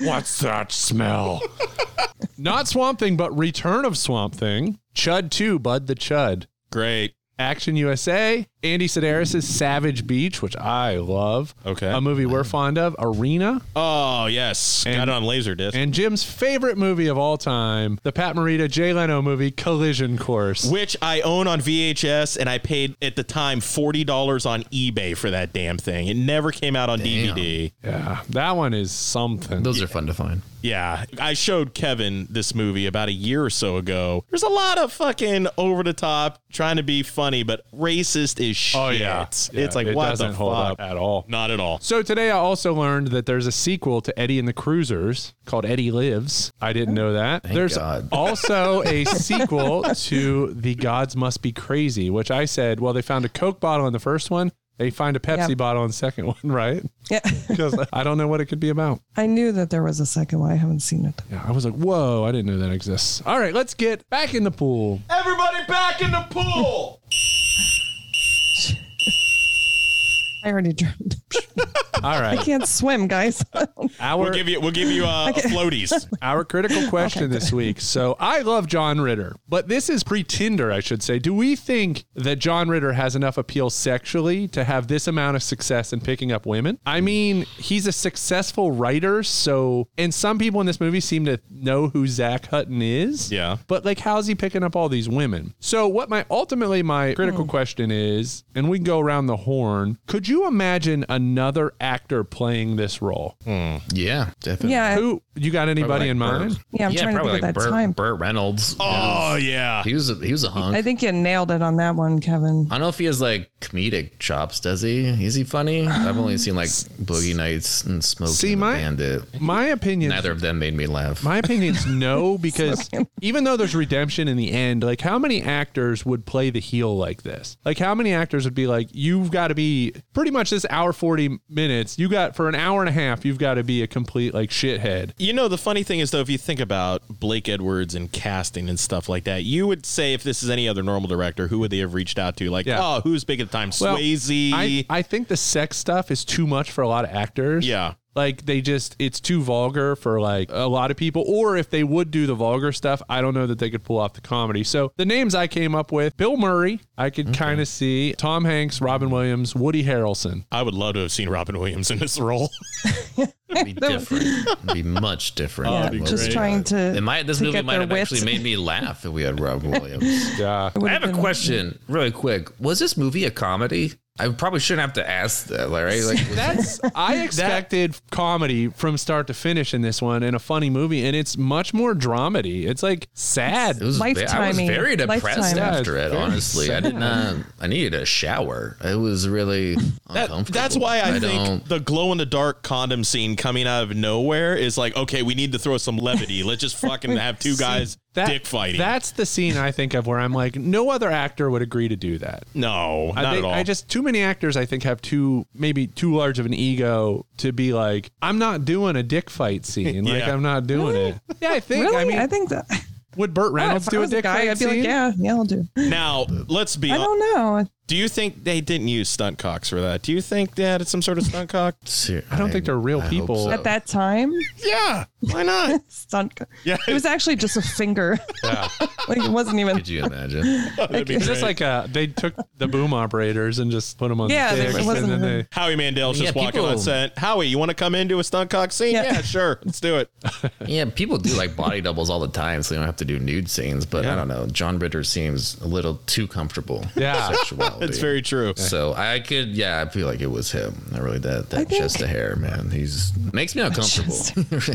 B: What's that smell? [laughs] Not Swamp Thing, but Return of Swamp Thing. Chud 2, Bud the Chud.
A: Great.
B: Action USA, Andy Sedaris' Savage Beach, which I love.
A: Okay.
B: A movie we're fond of, Arena.
A: Oh yes, got it on Laserdisc.
B: And Jim's favorite movie of all time, the Pat Morita Jay Leno movie, Collision Course.
A: which I own on VHS, and I paid at the time forty dollars on eBay for that damn thing. It never came out on DVD.
B: Yeah, that one is something.
D: Those are fun to find.
A: Yeah, I showed Kevin this movie about a year or so ago. There's a lot of fucking over the top, trying to be funny, but racist is shit.
B: Oh, yeah. Yeah,
A: it's like
B: it
A: what
B: doesn't
A: the
B: hold
A: fuck
B: up at all.
A: Not at all.
B: So today I also learned that there's a sequel to Eddie and the Cruisers called Eddie Lives. I didn't know that. there's
D: God.
B: [laughs] also a sequel to The Gods Must Be Crazy, which I said, well, they found a Coke bottle in the first one. They find a Pepsi
C: Yep.
B: bottle in the second [laughs] one, right?
C: [laughs] Yeah.
B: because I don't know what it could be about.
C: I knew that there was a second one. I haven't seen it.
B: Yeah, I was like, whoa, I didn't know that exists. All right, let's get back in the pool.
E: Everybody back in the pool!
C: I already [laughs] drowned.
B: All right.
C: [laughs] I can't swim, guys.
B: Our,
A: We'll give you- we'll give you, uh,
C: Okay.
A: floaties.
B: Our critical question this week. So I love John Ritter, but this is pre Tinder, I should say. Do we think that John Ritter has enough appeal sexually to have this amount of success in picking up women? I mean, he's a successful writer, so and some people in this movie seem to know who Zach Hutton is. Yeah. But like, how's he picking up all these women? So what my ultimately my critical question is, and we can go around the horn. Could you imagine another actor playing this role?
D: Yeah, definitely.
C: Yeah.
B: Who you got anybody in
D: Probably like
B: mind?
D: Burt.
C: Yeah, I'm trying to
D: probably
C: think of that
D: Burt,
C: time.
D: Burt Reynolds.
A: Oh yeah,
D: he was a, he was a hunk.
C: I think you nailed it on that one, Kevin.
D: I don't know if he has like comedic chops. Does he? Is he funny? I've only seen like Boogie Nights and Smoke
B: See,
D: and the
B: my-
D: Bandit.
B: My opinion.
D: Neither of them made me laugh.
B: My opinion's no, because even though there's redemption in the end, like how many actors would play the heel like this? Like how many actors would be like, you've got to be pretty much this hour forty minutes. You got for an hour and a half, you've got to be a complete like shithead.
A: You know, the funny thing is, though, if you think about Blake Edwards and casting and stuff like that, you would say if this is any other normal director, who would they have reached out to? Like,
B: Yeah.
A: oh, who's big at the time?
B: Well,
A: Swayze.
B: I, I think the sex stuff is too much for a lot of actors.
A: Yeah.
B: Like they just it's too vulgar for like a lot of people. Or if they would do the vulgar stuff, I don't know that they could pull off the comedy. So the names I came up with, Bill Murray, I could kind of see Tom Hanks, Robin Williams, Woody Harrelson.
A: I would love to have seen Robin Williams in this role.
D: be different. [laughs] It'd be much different.
A: Oh,
D: than
A: that'd be
D: what
A: Just
D: we
A: trying
D: had.
A: to-
D: It might, this
A: to
D: movie
A: get
D: might
A: their
D: have
A: wits.
D: actually made me laugh if we had
C: [laughs]
D: Rob Williams.
B: yeah.
D: I have a question, really quick. Was this movie a comedy? I probably shouldn't have to ask that, right? Like, was-
B: [laughs] That's I expected comedy from start to finish in this one and a funny movie, and it's much more dramedy. It's like sad.
D: It was ve- I was very depressed after it.
B: Very
D: Honestly, I did
B: sad.
D: not. I needed a shower. It was really uncomfortable.
A: That's why I, think
D: don't-
A: the glow in the dark condom scene coming out of nowhere is like, okay, we need to throw some levity. Let's just fucking have two guys
B: That-
A: dick fighting.
B: That's the scene I think of where I'm like, no other actor would agree to do that.
A: no,
B: I
A: not
B: think-
A: at all.
B: I just too many actors I think have too maybe too large of an ego to be like, I'm not doing a dick fight scene. Like
A: Yeah.
B: I'm not doing it. Yeah, I think. I
C: Really?
B: mean,
C: I think that. [laughs]
B: Would Burt Reynolds
C: if I
B: do a
C: was
B: dick
C: guy,
B: fight
C: I'd be
B: scene?
C: like, yeah, yeah, I'll do.
A: now, let's be
C: I
A: hon-
C: don't know.
A: Do you think they didn't use stunt cocks for that? Do you think they had some sort of
B: [laughs]
A: stunt cock?
B: I don't think they're real people.
C: At that time?
A: Yeah. Why [laughs] not?
C: Stunt. Yeah. It was actually just a finger. [laughs] like it wasn't even.
D: Could you imagine?
C: That'd be
B: It's just
A: great.
B: like uh, they took the boom operators and just put them on
C: Yeah,
B: the
C: there
B: sticks,
C: wasn't
B: and then
C: a-
B: they
A: Howie Mandel's
D: Yeah,
A: just walking
D: people-
A: on set. Howie, you want to come into a stunt cock scene?
C: Yeah.
A: Yeah, sure. Let's do it.
D: yeah, people do like body doubles all the time, so they don't have to do nude scenes. But I don't know. John Ritter seems a little too comfortable. with
A: Yeah. [laughs]
D: sexuality.
A: It's very true.
D: So I could, yeah, I feel like it was him. I really that that
C: think-
D: just a hair man. He's makes me uncomfortable.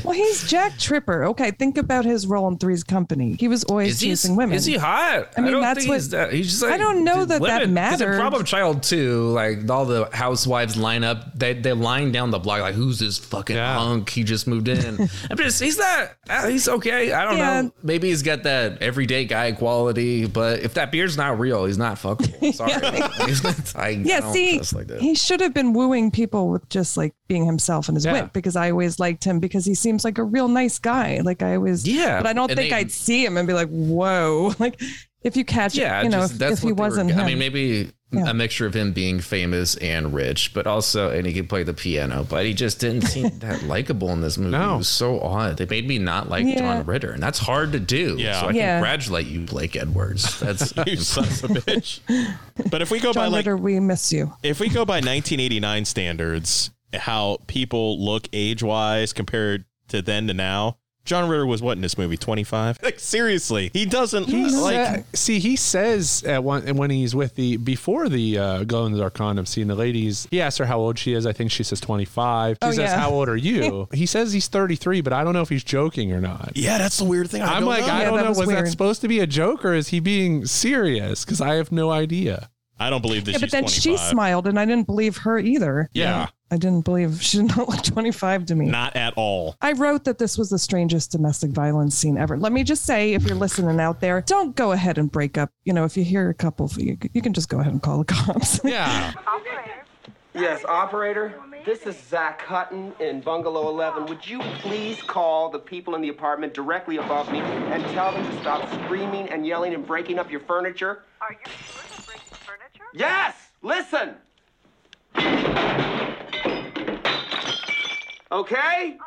D: [laughs]
C: well, he's Jack Tripper. Okay, think about his role in Three's Company. He was always
D: Is he-
C: chasing women.
D: is he hot?
C: I mean,
D: I don't
C: that's
D: think
C: what.
D: he's that- he's just, like,
C: I don't know that that
D: Women- 'cause
C: matters.
D: In Problem Child 2, like all the housewives line up, they they line down the block, like, who's this fucking hunk? He just moved
C: [laughs]
D: in. I'm just, he's not, uh, he's okay. I don't
C: Yeah.
D: know. Maybe he's got that everyday guy quality, but if that beard's not real, he's not
C: [laughs]
D: fuckable. Sorry. [laughs] He's not- I, I
C: yeah,
D: don't
C: see,
D: trust like that.
C: he should have been wooing people with just like being himself and his wit because I always liked him because he seems like a real nice guy. Like I always,
D: Yeah,
C: but I don't
D: and
C: think
D: they-
C: I'd see him and be like, whoa. [laughs] Like if you catch,
D: yeah,
C: you know,
D: just,
C: if,
D: that's
C: if he
D: what they were-
C: wasn't him.
D: I mean, maybe a mixture of him being famous and rich, but also, and he could play the piano, but he just didn't
C: [laughs]
D: seem that likable in this movie. It was so odd. They made me not like
C: Yeah.
D: John Ritter, and that's hard to do.
A: Yeah.
D: So I
C: Yeah.
D: congratulate you, Blake Edwards. That's
A: [laughs] [laughs] You son of a bitch. But if we go by
C: John
A: like
C: Ritter, we miss you.
A: if we go by 1989 standards, how people look age wise compared to then to now, John Ritter was what in this movie? 25? Like, seriously, he doesn't
B: He
A: like.
B: sa- see, he says at one when he's with the before the uh, glow in the dark condom scene, the ladies. He asks her how old she is. I think she says twenty five. She
A: Oh,
B: says,
A: yeah.
B: "How old are
C: [laughs]
B: you?" he says he's thirty three, but I don't know if he's joking or not.
A: yeah, that's the weird thing. I
B: I'm
A: don't
B: like,
A: know.
B: I don't know. Was, that
A: weird.
B: supposed to be a joke or is he being serious? Because I have no idea.
A: I don't believe this.
C: yeah, but then she smiled and I didn't believe her either.
A: Yeah.
C: I didn't believe [laughs] she did not look 25 to me.
A: Not at all.
C: I wrote that this was the strangest domestic violence scene ever. Let me just say, if you're listening out there, don't go ahead and [laughs] break up. You know, if you hear a couple, you, you can just go ahead and call the cops.
B: Yeah.
O: Yes, operator. This is Zach Hutton in Bungalow 11. Would you please call the people in the apartment directly above me and tell them to stop screaming and yelling and breaking up your furniture?
G: Are you sure to break the furniture?
O: Yes! Listen! Okay?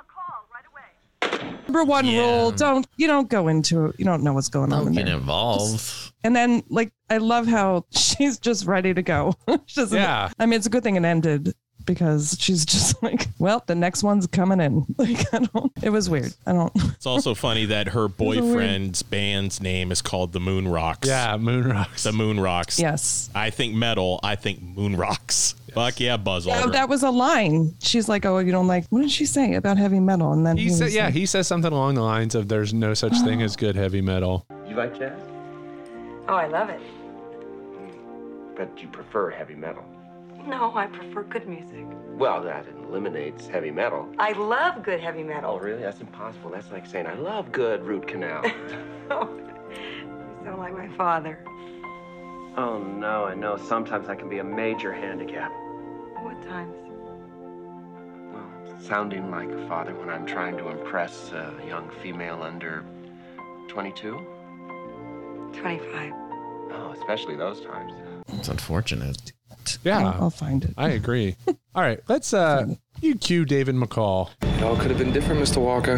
C: Number one rule: don't you don't go into you don't know what's going on in there.
D: Get involved.
C: And then like I love how [laughs] she's just ready to go. [laughs] she doesn't,
B: Yeah.
C: I mean, it's a good thing it ended because she's just [laughs] like, well, the next one's coming in. [laughs] Like I don't. It was weird. I don't. [laughs]
A: It's also funny that her
C: weird.
A: boyfriend's band's name is called the Moon Rocks.
B: Yeah, Moon Rocks.
A: The Moon Rocks.
C: Yes.
A: I think metal. I think Moon Rocks. Fuck yeah, Buzz
C: Yeah,
A: Aldrin.
C: Oh, that was a line. She's like, oh, you don't like. What did she say about heavy metal? And then
B: He said,
C: was
B: yeah,
C: like-
B: he says something along the lines of "There's no such thing as good heavy metal."
I: You like jazz?
J: Oh, I love it.
I: But you prefer heavy metal.
J: No, I prefer good music.
I: Well, that eliminates heavy metal.
J: I love good heavy metal. [laughs]
I: Oh, really? That's impossible. That's like saying I love good root canal.
J: You sound like my father.
I: [laughs] oh no, I know. Sometimes that can be a major handicap.
J: What times?
I: Sounding like a father when I'm trying to impress a young female under 22.
J: 25.
I: Oh, especially those times.
D: It's unfortunate.
B: Yeah,
I: I'll-
C: I'll find it.
B: Uh, I agree. All right, let's uh, you cue David McCall.
P: It all could have been different, Mr. Walker.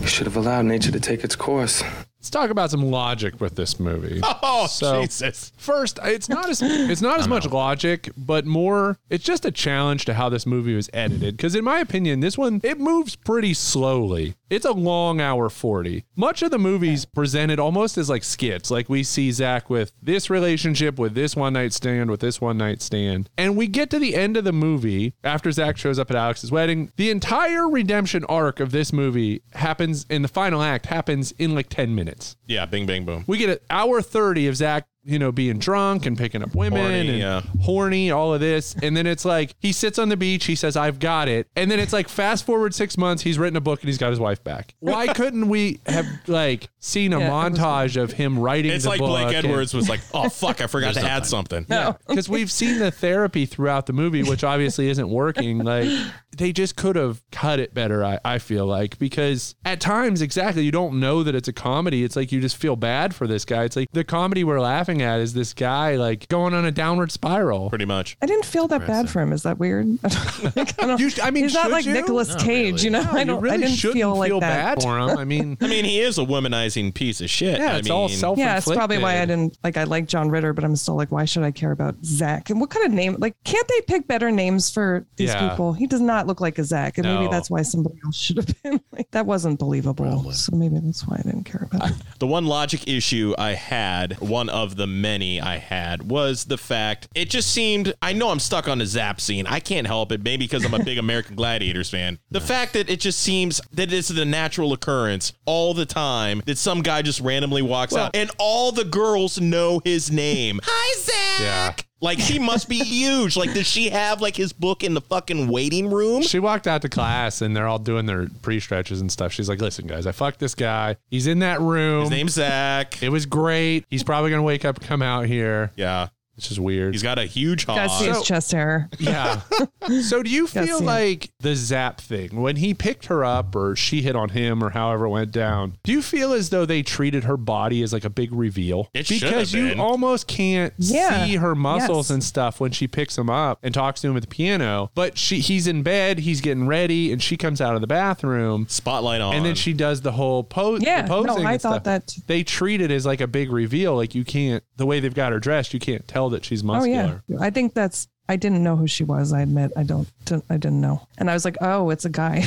P: You should have allowed nature to take its course.
B: Let's talk about some logic with this movie.
A: Oh,
B: Jesus! First, it's not as it's not as much logic, but more it's just a challenge to how this movie was edited. Because in my opinion, this one it moves pretty slowly. It's a long hour forty. Much of the movie's presented almost as like skits. Like we see Zach with this relationship, with this one night stand, with this one night stand, and we get to the end of the movie after Zach shows up at Alex's wedding. The entire redemption arc of this movie happens in the final act happens in like ten minutes.
A: yeah, Bing Bang Boom.
B: We get an hour 30 of Zach, you know, being drunk and picking up women
A: Horny,
B: and
A: yeah.
B: horny, all of this. And then it's like he sits on the beach, he says, I've got it. And then it's like fast forward six months, he's written a book and he's got his wife back.
A: [laughs]
B: Why couldn't we have like seen a
A: Yeah, it was-
B: montage of him writing
A: It's
B: the
A: like
B: book
A: Blake
B: and-
A: Edwards was like, "Oh fuck, I forgot to
B: There's
A: add something."
B: yeah, [laughs] because we've seen the therapy throughout the movie, which obviously isn't working. Like they just could have cut it better. I, I feel like because at times, exactly, you don't know that it's a comedy. It's like you just feel bad for this guy. It's like the comedy we're laughing at is this guy like going on a downward spiral.
A: Pretty much.
C: I didn't feel that bad for him. Is that weird? [laughs] I, don't, like, I, don't, I mean, he's not
B: should
C: like
B: you?
C: Nicolas
A: No,
C: Cage, you know.
B: No,
C: I
B: you
C: don't. I
B: really
C: didn't
B: shouldn't
C: feel like
B: feel
C: that.
B: bad for him. I
C: [laughs]
B: mean,
A: I mean, he is a womanizing piece of shit.
C: Yeah,
A: I
C: it's
A: mean,
C: all self. Yeah, it's probably why I didn't like. I like John Ritter, but I'm still like, why should I care about Zach? And what kind of name? Like, can't they pick better names for these
B: Yeah.
C: people? He does not look like a Zach, and
A: No.
C: maybe that's why somebody else should have been. [laughs] Like, that wasn't believable. So maybe that's why I didn't care about it.
A: The one logic issue I had, one of the many I had, was the fact it just seemed I know I'm stuck on the zap scene. I can't help it, maybe because
C: [laughs]
A: I'm a big American Gladiators fan. The fact that it just seems that it's the natural occurrence all the time that some guy just randomly walks out and all the girls know his
C: [laughs]
A: name. Hi Zach.
B: Yeah.
A: Like he must be huge. Like does she have like his book in the fucking waiting room?
B: She walked out to class and they're all doing their pre stretches and stuff. She's like, listen, guys, I fucked this guy. He's in that room. His
A: name's Zach.
B: It was great. He's probably going to wake up and come out here.
A: Yeah.
B: It's just weird.
A: He's got a huge
C: You guys see his chest hair.
B: Yeah.
C: [laughs]
B: so do you feel
C: see it.
B: like the zap thing, when he picked her up or she hit on him or however it went down, do you feel as though they treated her body as like a big reveal?
A: It should
B: because
A: have
B: you
A: been.
B: almost can't
A: Yeah.
B: see her muscles
A: Yes.
B: and stuff when she picks him up and talks to him at the piano. But she he's in bed, he's getting ready, and she comes out of the bathroom.
A: Spotlight on.
B: And then she does the whole pose. the
C: Yeah, no,
B: posing
C: I
B: and
C: thought
B: stuff.
C: that-
B: They treat it as like a big reveal. Like you can't, the way they've got her dressed, you can't tell that she's muscular.
C: Oh yeah, I think that's. I didn't know who she was. I admit, I don't. didn't- I didn't know, and I was like, oh, it's
D: [laughs]
C: a guy.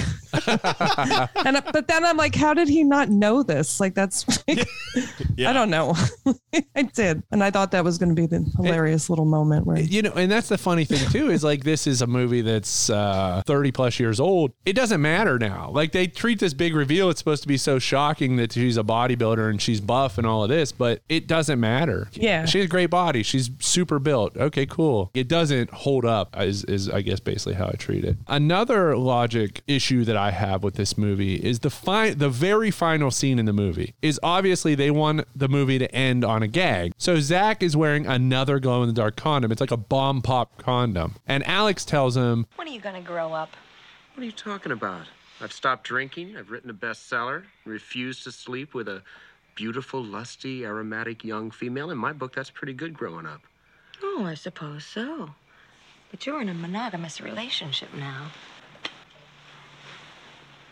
C: and but then I'm like, how did he not know this? Like that's. [laughs] like, I don't know. [laughs] I did, and I thought that was going to be the hilarious little moment where
B: you know and that's the funny thing too is like this is a movie that's uh 30 plus years old it doesn't matter now like they treat this big reveal it's supposed to be so shocking that she's a bodybuilder and she's buff and all of this but it doesn't matter
C: Yeah.
B: she has a great body she's super built okay cool it doesn't doesn't hold up is, is I guess basically how I treat it. Another logic issue that I have with this movie is the fi- the very final scene in the movie is obviously they want the movie to end on a gag. So Zach is wearing another glow in the dark condom. It's like a bomb pop condom. And Alex tells him,
Q: When are you gonna grow up?
I: What are you talking about? I've stopped drinking, I've written a bestseller, refused to sleep with a beautiful, lusty, aromatic young female. In my book, that's pretty good growing up.
Q: Oh, I suppose so. But you're in a monogamous relationship now.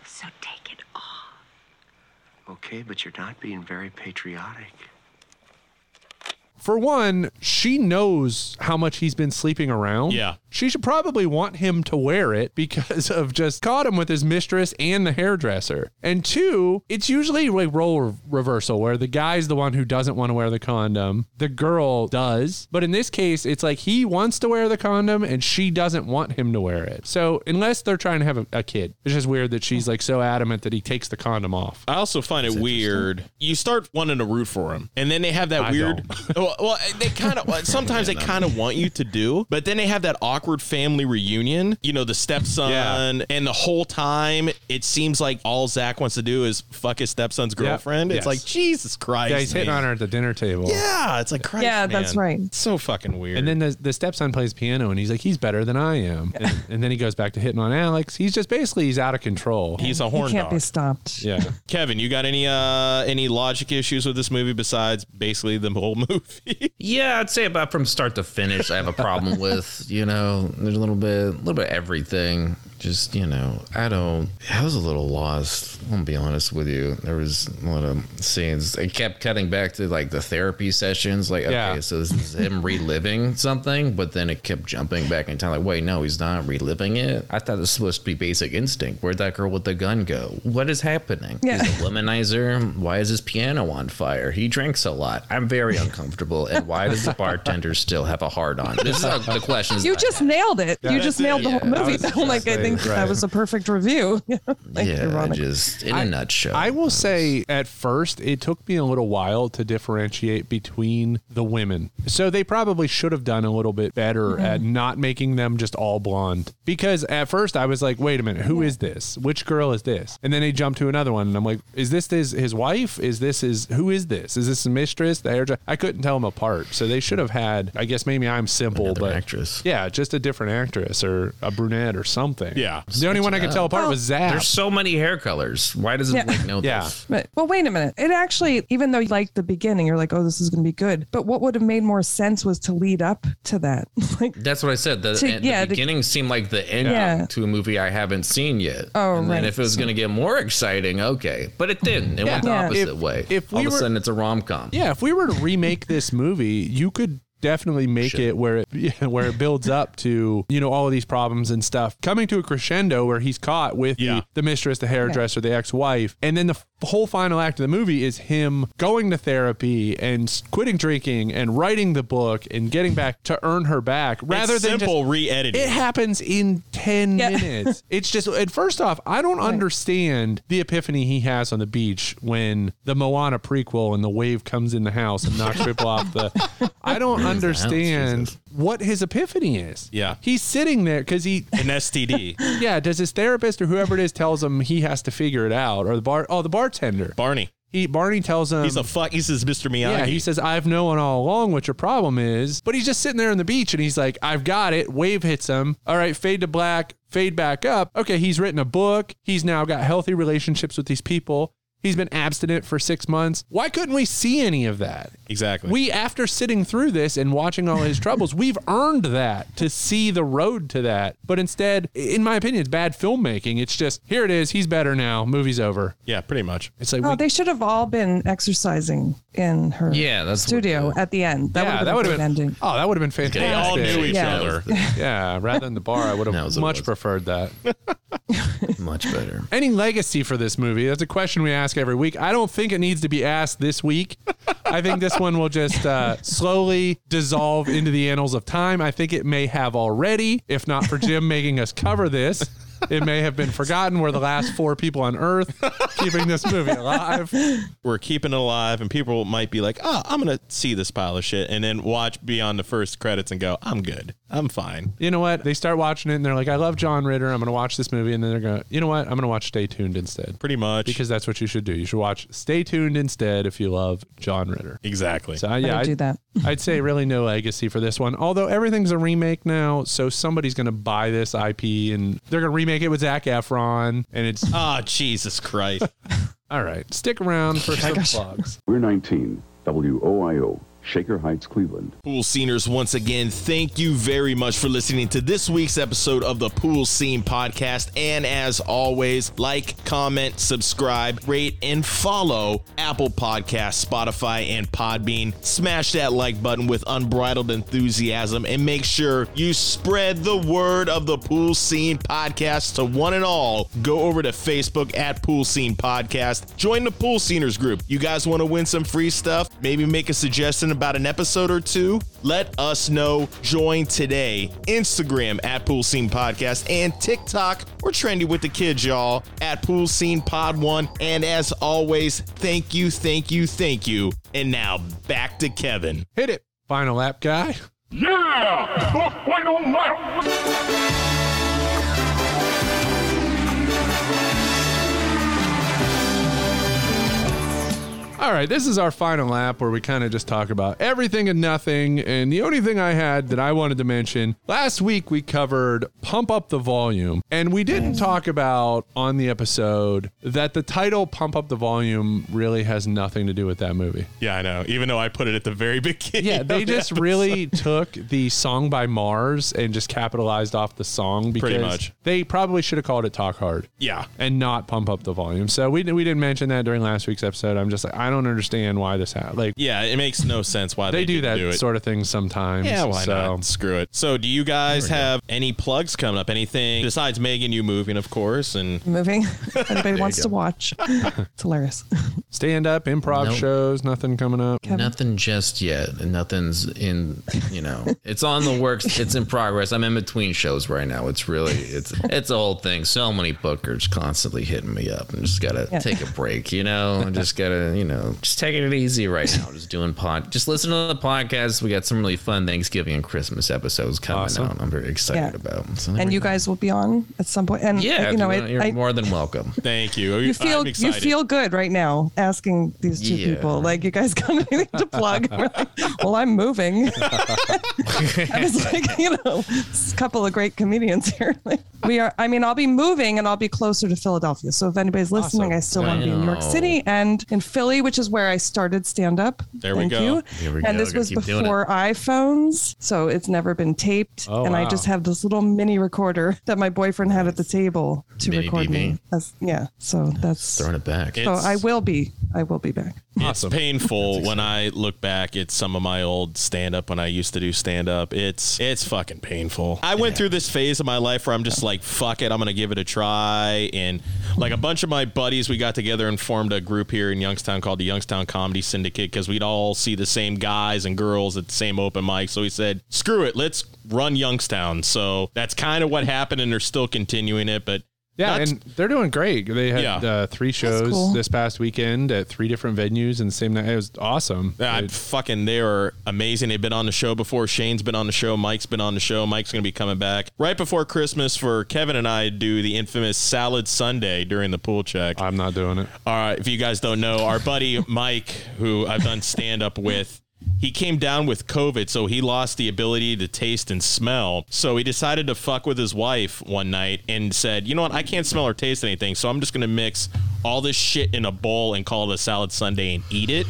Q: So take it off.
I: Okay, but you're not being very patriotic.
B: for one, she knows how much he's been sleeping around. Yeah. She should probably want him to wear it because of just caught him with his mistress and the hairdresser. And two, it's usually like role reversal where the guy's the one who doesn't want to wear the condom, the girl does. But in this case, it's like he wants to wear the condom and she doesn't want him to wear it. So unless they're trying to have a, a kid, it's just weird that she's like so adamant that he takes the condom off.
A: I also find it weird. You start wanting to root for him, and then they have that weird. [laughs] well, well, they kind of sometimes they kind of want you to do, but then they have that awkward family reunion. You know, the stepson, and the whole time it seems like all Zach wants to do is fuck his stepson's girlfriend. It's
B: Yes.
A: like Jesus Christ,
B: Yeah, he's hitting
A: man.
B: on her at the dinner table.
A: Yeah, it's like Christ,
B: Yeah, that's
A: man.
B: right.
A: It's so fucking weird.
B: And then the, the stepson plays piano and he's like, he's better than I am. And, and then he goes back to hitting on Alex. He's just basically, he's out of control.
A: He's a He horn can't dog. be
C: stopped.
B: Yeah.
A: Kevin, you got any uh any logic issues with this movie besides basically the whole [laughs] movie?
D: Yeah, I'd say about from start to finish, I have a problem with you know there's a little bit, a little bit of everything. Just you know, I don't. I was a little lost. I'm gonna be honest with you. There was a lot of scenes. It kept cutting back to like the therapy sessions. Like, okay,
B: Yeah.
D: so this is him reliving something, but then it kept jumping back in time. Like, wait, no, he's not reliving it. I thought it was supposed to be Basic Instinct. Where'd that girl with the gun go? What is happening?
C: Yeah.
D: He's a womanizer. Why is his piano on fire? He drinks a lot. I'm very uncomfortable. And why does the bartender still have a hard on? This is uh, the questions.
C: You
D: that-
C: just nailed it.
D: Yeah,
C: you
D: that's
C: just
D: it.
C: nailed the
D: Yeah,
C: whole movie.
D: that
C: though. [laughs] like I
D: just
C: think
D: it.
C: that was a perfect review. [laughs] Like,
D: yeah,
C: ironic.
D: just in a
B: I-
D: nutshell.
B: I will say at first it took me a little while to differentiate between the women. So they probably should have done a little bit better
D: Mm-hmm.
A: Mhm.
B: at not making them just all blonde. Because at first I was like, wait a minute, who is this? Which girl is this? And then they jump to another one and I'm like, is this his, his wife? Is this his who is this? Is this his mistress? The hairdresser? I couldn't tell them apart. So they should have had I guess maybe I'm simple but
D: actress.
B: Yeah, just a different actress or a brunette or something.
A: Yeah.
B: The only one I could tell apart was Zach.
D: There's so many hair colors. Why doesn't
C: Yeah.
D: Blake know
B: Yeah.
D: this?
C: But well, wait a minute. It actually, even though you liked the beginning, you're like, oh, this is going to be good. But what would have made more sense was to lead up to that. [laughs] like,
D: That's what I said. The,
C: To-
D: and the
C: yeah, to-
D: beginning seemed like the end
C: Yeah.
D: to a movie I haven't seen yet.
C: Oh,
D: and then
C: right.
D: if it was going to get more exciting, okay. But it didn't. It
B: Yeah.
D: went the
B: Yeah.
D: opposite
B: If-
D: way.
B: if
D: All
B: we
D: of
B: were-
D: a sudden, it's a rom com.
B: Yeah, if we were to remake this movie, you could definitely make it where it [laughs] yeah, where it builds up to you know all of these problems and stuff coming to a crescendo where he's caught with the, the mistress the hairdresser the ex-wife and then the f- whole final act of the movie is him going to therapy and s- quitting drinking and writing the book and getting back to earn her back rather than just-
A: simple re-editing.
B: it happens in 10 minutes it's just and first off i don't understand the epiphany he has on the beach when the moana prequel and the wave comes in the house and knocks people off the i don't
A: House,
B: understand what his epiphany is
A: Yeah.
B: he's sitting there because he [laughs]
A: An STD.
B: yeah does his therapist or whoever it is tells him he has to figure it out or the bar oh the bartender
A: barney
B: he barney tells him
A: he's a fuck. He says Mr. Miyagi.
B: Um, yeah, he says, I've known all along what your problem is, but he's just sitting there on the beach and he's like, I've got it. Wave hits him. All right, fade to black, fade back up. Okay, he's written a book. He's now got healthy relationships with these people. He's been abstinent for six months. Why couldn't we see any of that?
A: exactly.
B: We, after sitting through this and watching all his
A: [laughs]
B: troubles, we've earned that to see the road to that. But instead, in my opinion, it's bad filmmaking. It's just, here it is. He's better now. Movie's over.
A: Yeah, pretty much.
B: It's like,
C: oh,
B: we-
C: they should have all been exercising in her
B: Yeah, that's what
C: studio at the end. That
B: yeah, that
C: would
B: would
C: have been, a great ending.
B: Oh, that would have been fantastic.
A: They all knew each
C: Yeah.
A: other.
B: yeah, rather than the bar, I would have much preferred that.
D: much better.
B: Any legacy for this movie? That's a question we ask every week. I don't think it needs to be asked this week. I think this one will just uh, slowly dissolve into the annals of time. I think it may have already, if not for Jim making us cover this. It may have been forgotten. We're the last four people on Earth keeping this movie alive.
A: We're keeping it alive, and people might be like, "Oh, I'm gonna see this pile of shit," and then watch beyond the first credits and go, "I'm good. I'm fine."
B: You know what? They start watching it and they're like, I love John Ritter. I'm going to watch this movie. And then they're going to, you know what? I'm going to watch Stay Tuned instead.
A: Pretty much.
B: Because that's what you should do. You should watch Stay Tuned instead if you love John Ritter.
A: Exactly.
B: So, uh, [laughs] yeah,
C: I would do
B: I'd-
C: that.
B: I'd say really no legacy for this one. Although everything's a remake now, so somebody's going to buy this IP and they're going to remake it with Zach Efron. And it's.
A: Ah, Jesus Christ.
B: All right. Stick around
C: [laughs]
B: for some plugs.
R: We're 19, WOIO, Shaker Heights, Cleveland.
A: Pool Sceners, once again, thank you very much for listening to this week's episode of the Pool Scene Podcast. And as always, like, comment, subscribe, rate, and follow Apple Podcasts, Spotify, and Podbean. Smash that like button with unbridled enthusiasm and make sure you spread the word of the Pool Scene Podcast to one and all. Go over to Facebook at Pool Scene Podcast. Join the Pool Sceners group. You guys want to win some free stuff? Maybe make a suggestion about an episode or two? Let us know. Join today. Instagram at Pool Scene Podcast and TikTok. We're trendy with the kids, y'all, at Pool Scene Pod One. And as always, thank you, thank you, thank you. And now back to Kevin.
B: Hit it, final lap guy.
E: Yeah! The final lap!
B: All right, this is our final lap where we kind of just talk about everything and nothing. And the only thing I had that I wanted to mention last week we covered Pump Up the Volume. And we didn't talk about on the episode that the title Pump Up the Volume really has nothing to do with that movie.
A: Yeah, I know. Even though I put it at the very [laughs]
B: [laughs]
A: beginning.
B: Yeah, they
A: of the
B: just
A: episode.
B: really took the song by Mars and just capitalized off the song because
A: Pretty much.
B: they probably should have called it Talk Hard.
A: Yeah.
B: And not pump up the volume. So we, we didn't mention that during last week's episode. I'm just like, I don't understand why this happened. Like,
A: Yeah, it makes no sense why they,
B: they, do
A: didn't
B: that
A: do it.
B: sort of thing sometimes.
A: Yeah, why
B: so.
A: not? Screw it. So, do you guys have any plugs coming up? Anything besides Megan, you moving, of course, and
C: Moving. Anybody
A: you
C: wants
A: go.
C: to watch. it's hilarious.
B: Stand up, improv
D: Nope.
B: shows, nothing coming up.
C: Um,
D: Nothing just yet, and nothing's in. You know, it's on the works. It's in progress. I'm in between shows right now. It's really it's it's a whole thing. So many bookers constantly hitting me up, and just gotta
E: Yeah.
D: take a break. You know, And just gotta you know just taking it easy right now. Just doing pod. Just listen to the podcast. We got some really fun Thanksgiving and Christmas episodes coming out. I'm very excited
C: Yeah.
D: about. So there
C: And
D: we
C: you
D: go.
C: guys will be on at some point. And
D: yeah,
C: you know,
D: if you
C: I,
D: are
C: I,
D: more than welcome.
A: Thank you.
C: you feel you feel good right now asking these two
D: Yeah.
C: people like you guys got anything [laughs] to plug We're like, well i'm
A: [laughs]
C: moving i was like you know it's a couple of great comedians here like, we are i mean i'll be moving and i'll be closer to philadelphia so if anybody's listening
A: Awesome.
C: i still want to be in new york
A: Wow.
C: city and in philly which is where i started stand up
A: There we go. Here we
C: and
A: go.
C: this
A: Gotta
C: was
A: keep doing it.
C: before iphones so it's never been taped
A: Oh,
C: and i
A: wow.
C: just have this little mini recorder that my boyfriend had at the table to
D: Mini
C: record me
D: DV.
C: as, yeah so that's
D: throwing it back.
C: so I will be. I will be back.
A: It's painful when I look back at some of my old stand up when I used to do stand up. It's it's fucking painful. I went through this phase of my life where I'm just like, fuck it, I'm gonna give it a try. And like a bunch of my buddies, we got together and formed a group here in Youngstown called the Youngstown Comedy Syndicate because we'd all see the same guys and girls at the same open mic. So we said, screw it, let's run Youngstown. So that's kind of what happened, and they're still continuing it, but
B: Yeah,
A: not-
B: and they're doing great. They had
A: Yeah.
B: uh, three shows
A: cool.
B: this past weekend at three different venues and the same night. It was awesome.
A: Yeah, I'm fucking. They are amazing. They've been on the show before. Shane's been on the show. Mike's been on the show. Mike's gonna be coming back right before Christmas for Kevin and I do the infamous Salad Sunday during the pool check.
B: I'm not doing
A: [laughs]
B: it.
A: All right. If you guys don't know,
B: [laughs]
A: our buddy Mike, who I've done stand up with. He came down with COVID, so he lost the ability to taste and smell. So he decided to fuck with his wife one night and said, You know what? I can't smell or taste anything, so I'm just going to mix all this shit in a bowl and call it a salad sundae and eat it.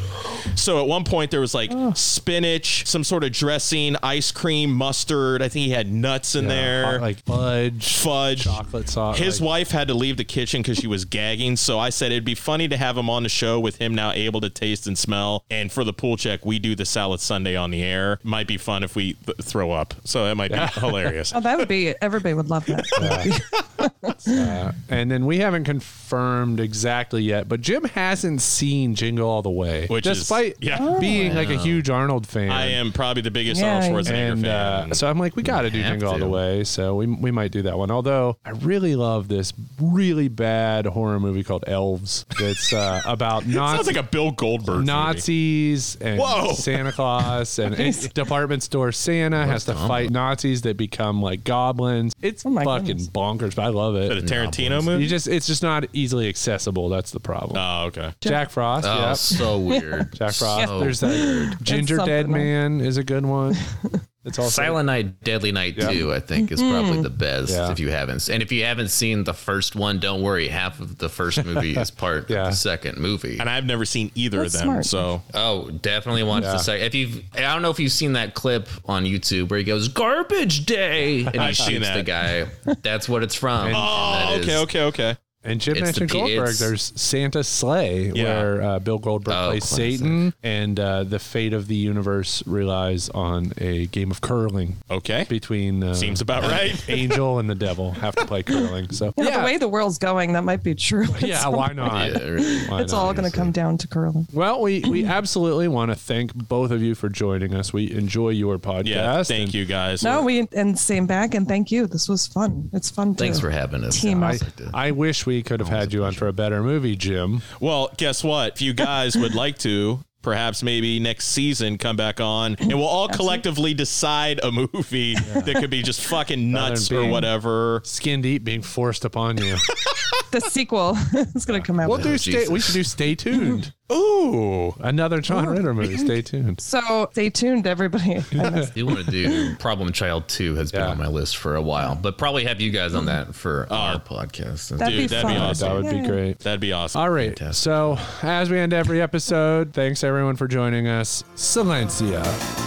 A: So at one point there was like
B: Oh.
A: spinach, some sort of dressing, ice cream, mustard. I think he had nuts in
B: Yeah,
A: there,
B: hot- like fudge,
A: fudge,
B: chocolate sauce.
A: His
B: like-
A: wife had to leave the kitchen because she was gagging. So I said it'd be funny to have him on the show with him now able to taste and smell. And for the pool check, we do the salad Sunday on the air. Might be fun if we th- throw up. So that
B: [laughs]
A: might be hilarious.
C: Oh, that would be. Everybody would love that.
B: Uh, and then we haven't confirmed exactly yet, but Jim hasn't seen Jingle All the Way,
A: Which is-
B: despite
A: yeah.
B: being like a
A: Oh, Wow.
B: huge Arnold fan.
A: I am probably the biggest Arnold Schwarzenegger
B: And, uh,
A: fan.
B: so I'm like, we got to do
A: have
B: Jingle All the
A: to.
B: Way. So we, we might do that one. Although I really love this really bad horror movie called Elves. That's
A: [laughs]
B: uh, about Nazi,
A: Sounds like a Bill Goldberg movie.
B: Nazis and
A: Whoa.
B: Santa
A: [laughs]
B: Claus and
A: Nice.
B: and department store Santa has to
A: Goblin.
B: fight Nazis that become like goblins. It's fucking bonkers, but I love it.
A: Is that a Tarantino movie?
B: You just it's just not easily accessible. That's the problem.
A: Oh, okay.
B: Jack Frost.
A: Oh,
B: yeah.
A: so weird.
B: Jack Frost.
A: So
B: There's that
A: weird.
B: Ginger
A: That's
B: Dead
A: something.
B: Man is a good one. It's also
D: Silent Night, Deadly Night
B: Yeah.
D: 2, I think, is
B: Mhm.
D: probably the best
B: Yeah.
D: if you haven't. And if you haven't seen the first one, don't worry. Half of the first movie
A: [laughs]
D: is part of the second movie. And
A: I've never seen either of That's them, smart. so-
D: oh, definitely watch
A: Yeah.
D: the second. If you, I don't know if you've seen that clip on YouTube where he goes "Garbage
A: [laughs]
D: Day" and he
A: I've seen
D: shoots the
A: that.
D: guy. That's what it's from.
A: Oh, okay, okay, okay.
B: And Jim
D: It's the
B: mentioned
D: P-
B: Goldberg.
D: it's-
B: There's Santa's Sleigh, where uh, Bill Goldberg plays
D: Oh, classic.
B: Satan, and uh, the fate of the universe relies on a game of curling.
A: Okay,
B: between uh,
A: Seems
B: [laughs]
A: about right.
B: angel and the devil have to play curling.
C: [laughs]
B: So
C: You know, The way the world's going, that might be true. at
B: Yeah,
C: some
B: why
C: point.
B: not? Yeah, really. Why
C: it's
B: not?
C: all going to come down to curling.
B: Well, we, we absolutely want to thank both of you for joining us. We enjoy your podcast.
A: Yeah, thank you guys.
C: No, we and same back and thank you. This was fun. It's fun. to Team
B: I,
C: up.
B: I wish we could have had you on for a better movie, Jim.
A: Well, guess what? If you guys would like to, perhaps maybe next season come back on and we'll all collectively decide a movie that could be just fucking
B: Rather
A: nuts
B: than
A: or
B: being
A: whatever.
B: Skin deep being forced upon you.
C: the sequel [laughs] is going to come out.
B: We'll do stay, we should do [laughs] Stay Tuned. Ooh, another John Ritter movie. Stay tuned.
C: So stay tuned, everybody.
D: I do want to
A: [laughs]
D: do Problem Child 2 has been on my list for a while, but probably have you guys on
A: Mm-hmm.
D: that for
A: Uh,
D: our podcast.
C: That'd Dude, be that'd be fun. awesome.
B: That would be
C: Yeah.
B: great.
A: That'd be awesome.
B: All right. So, as we end every episode, thanks everyone for joining us. Silencia.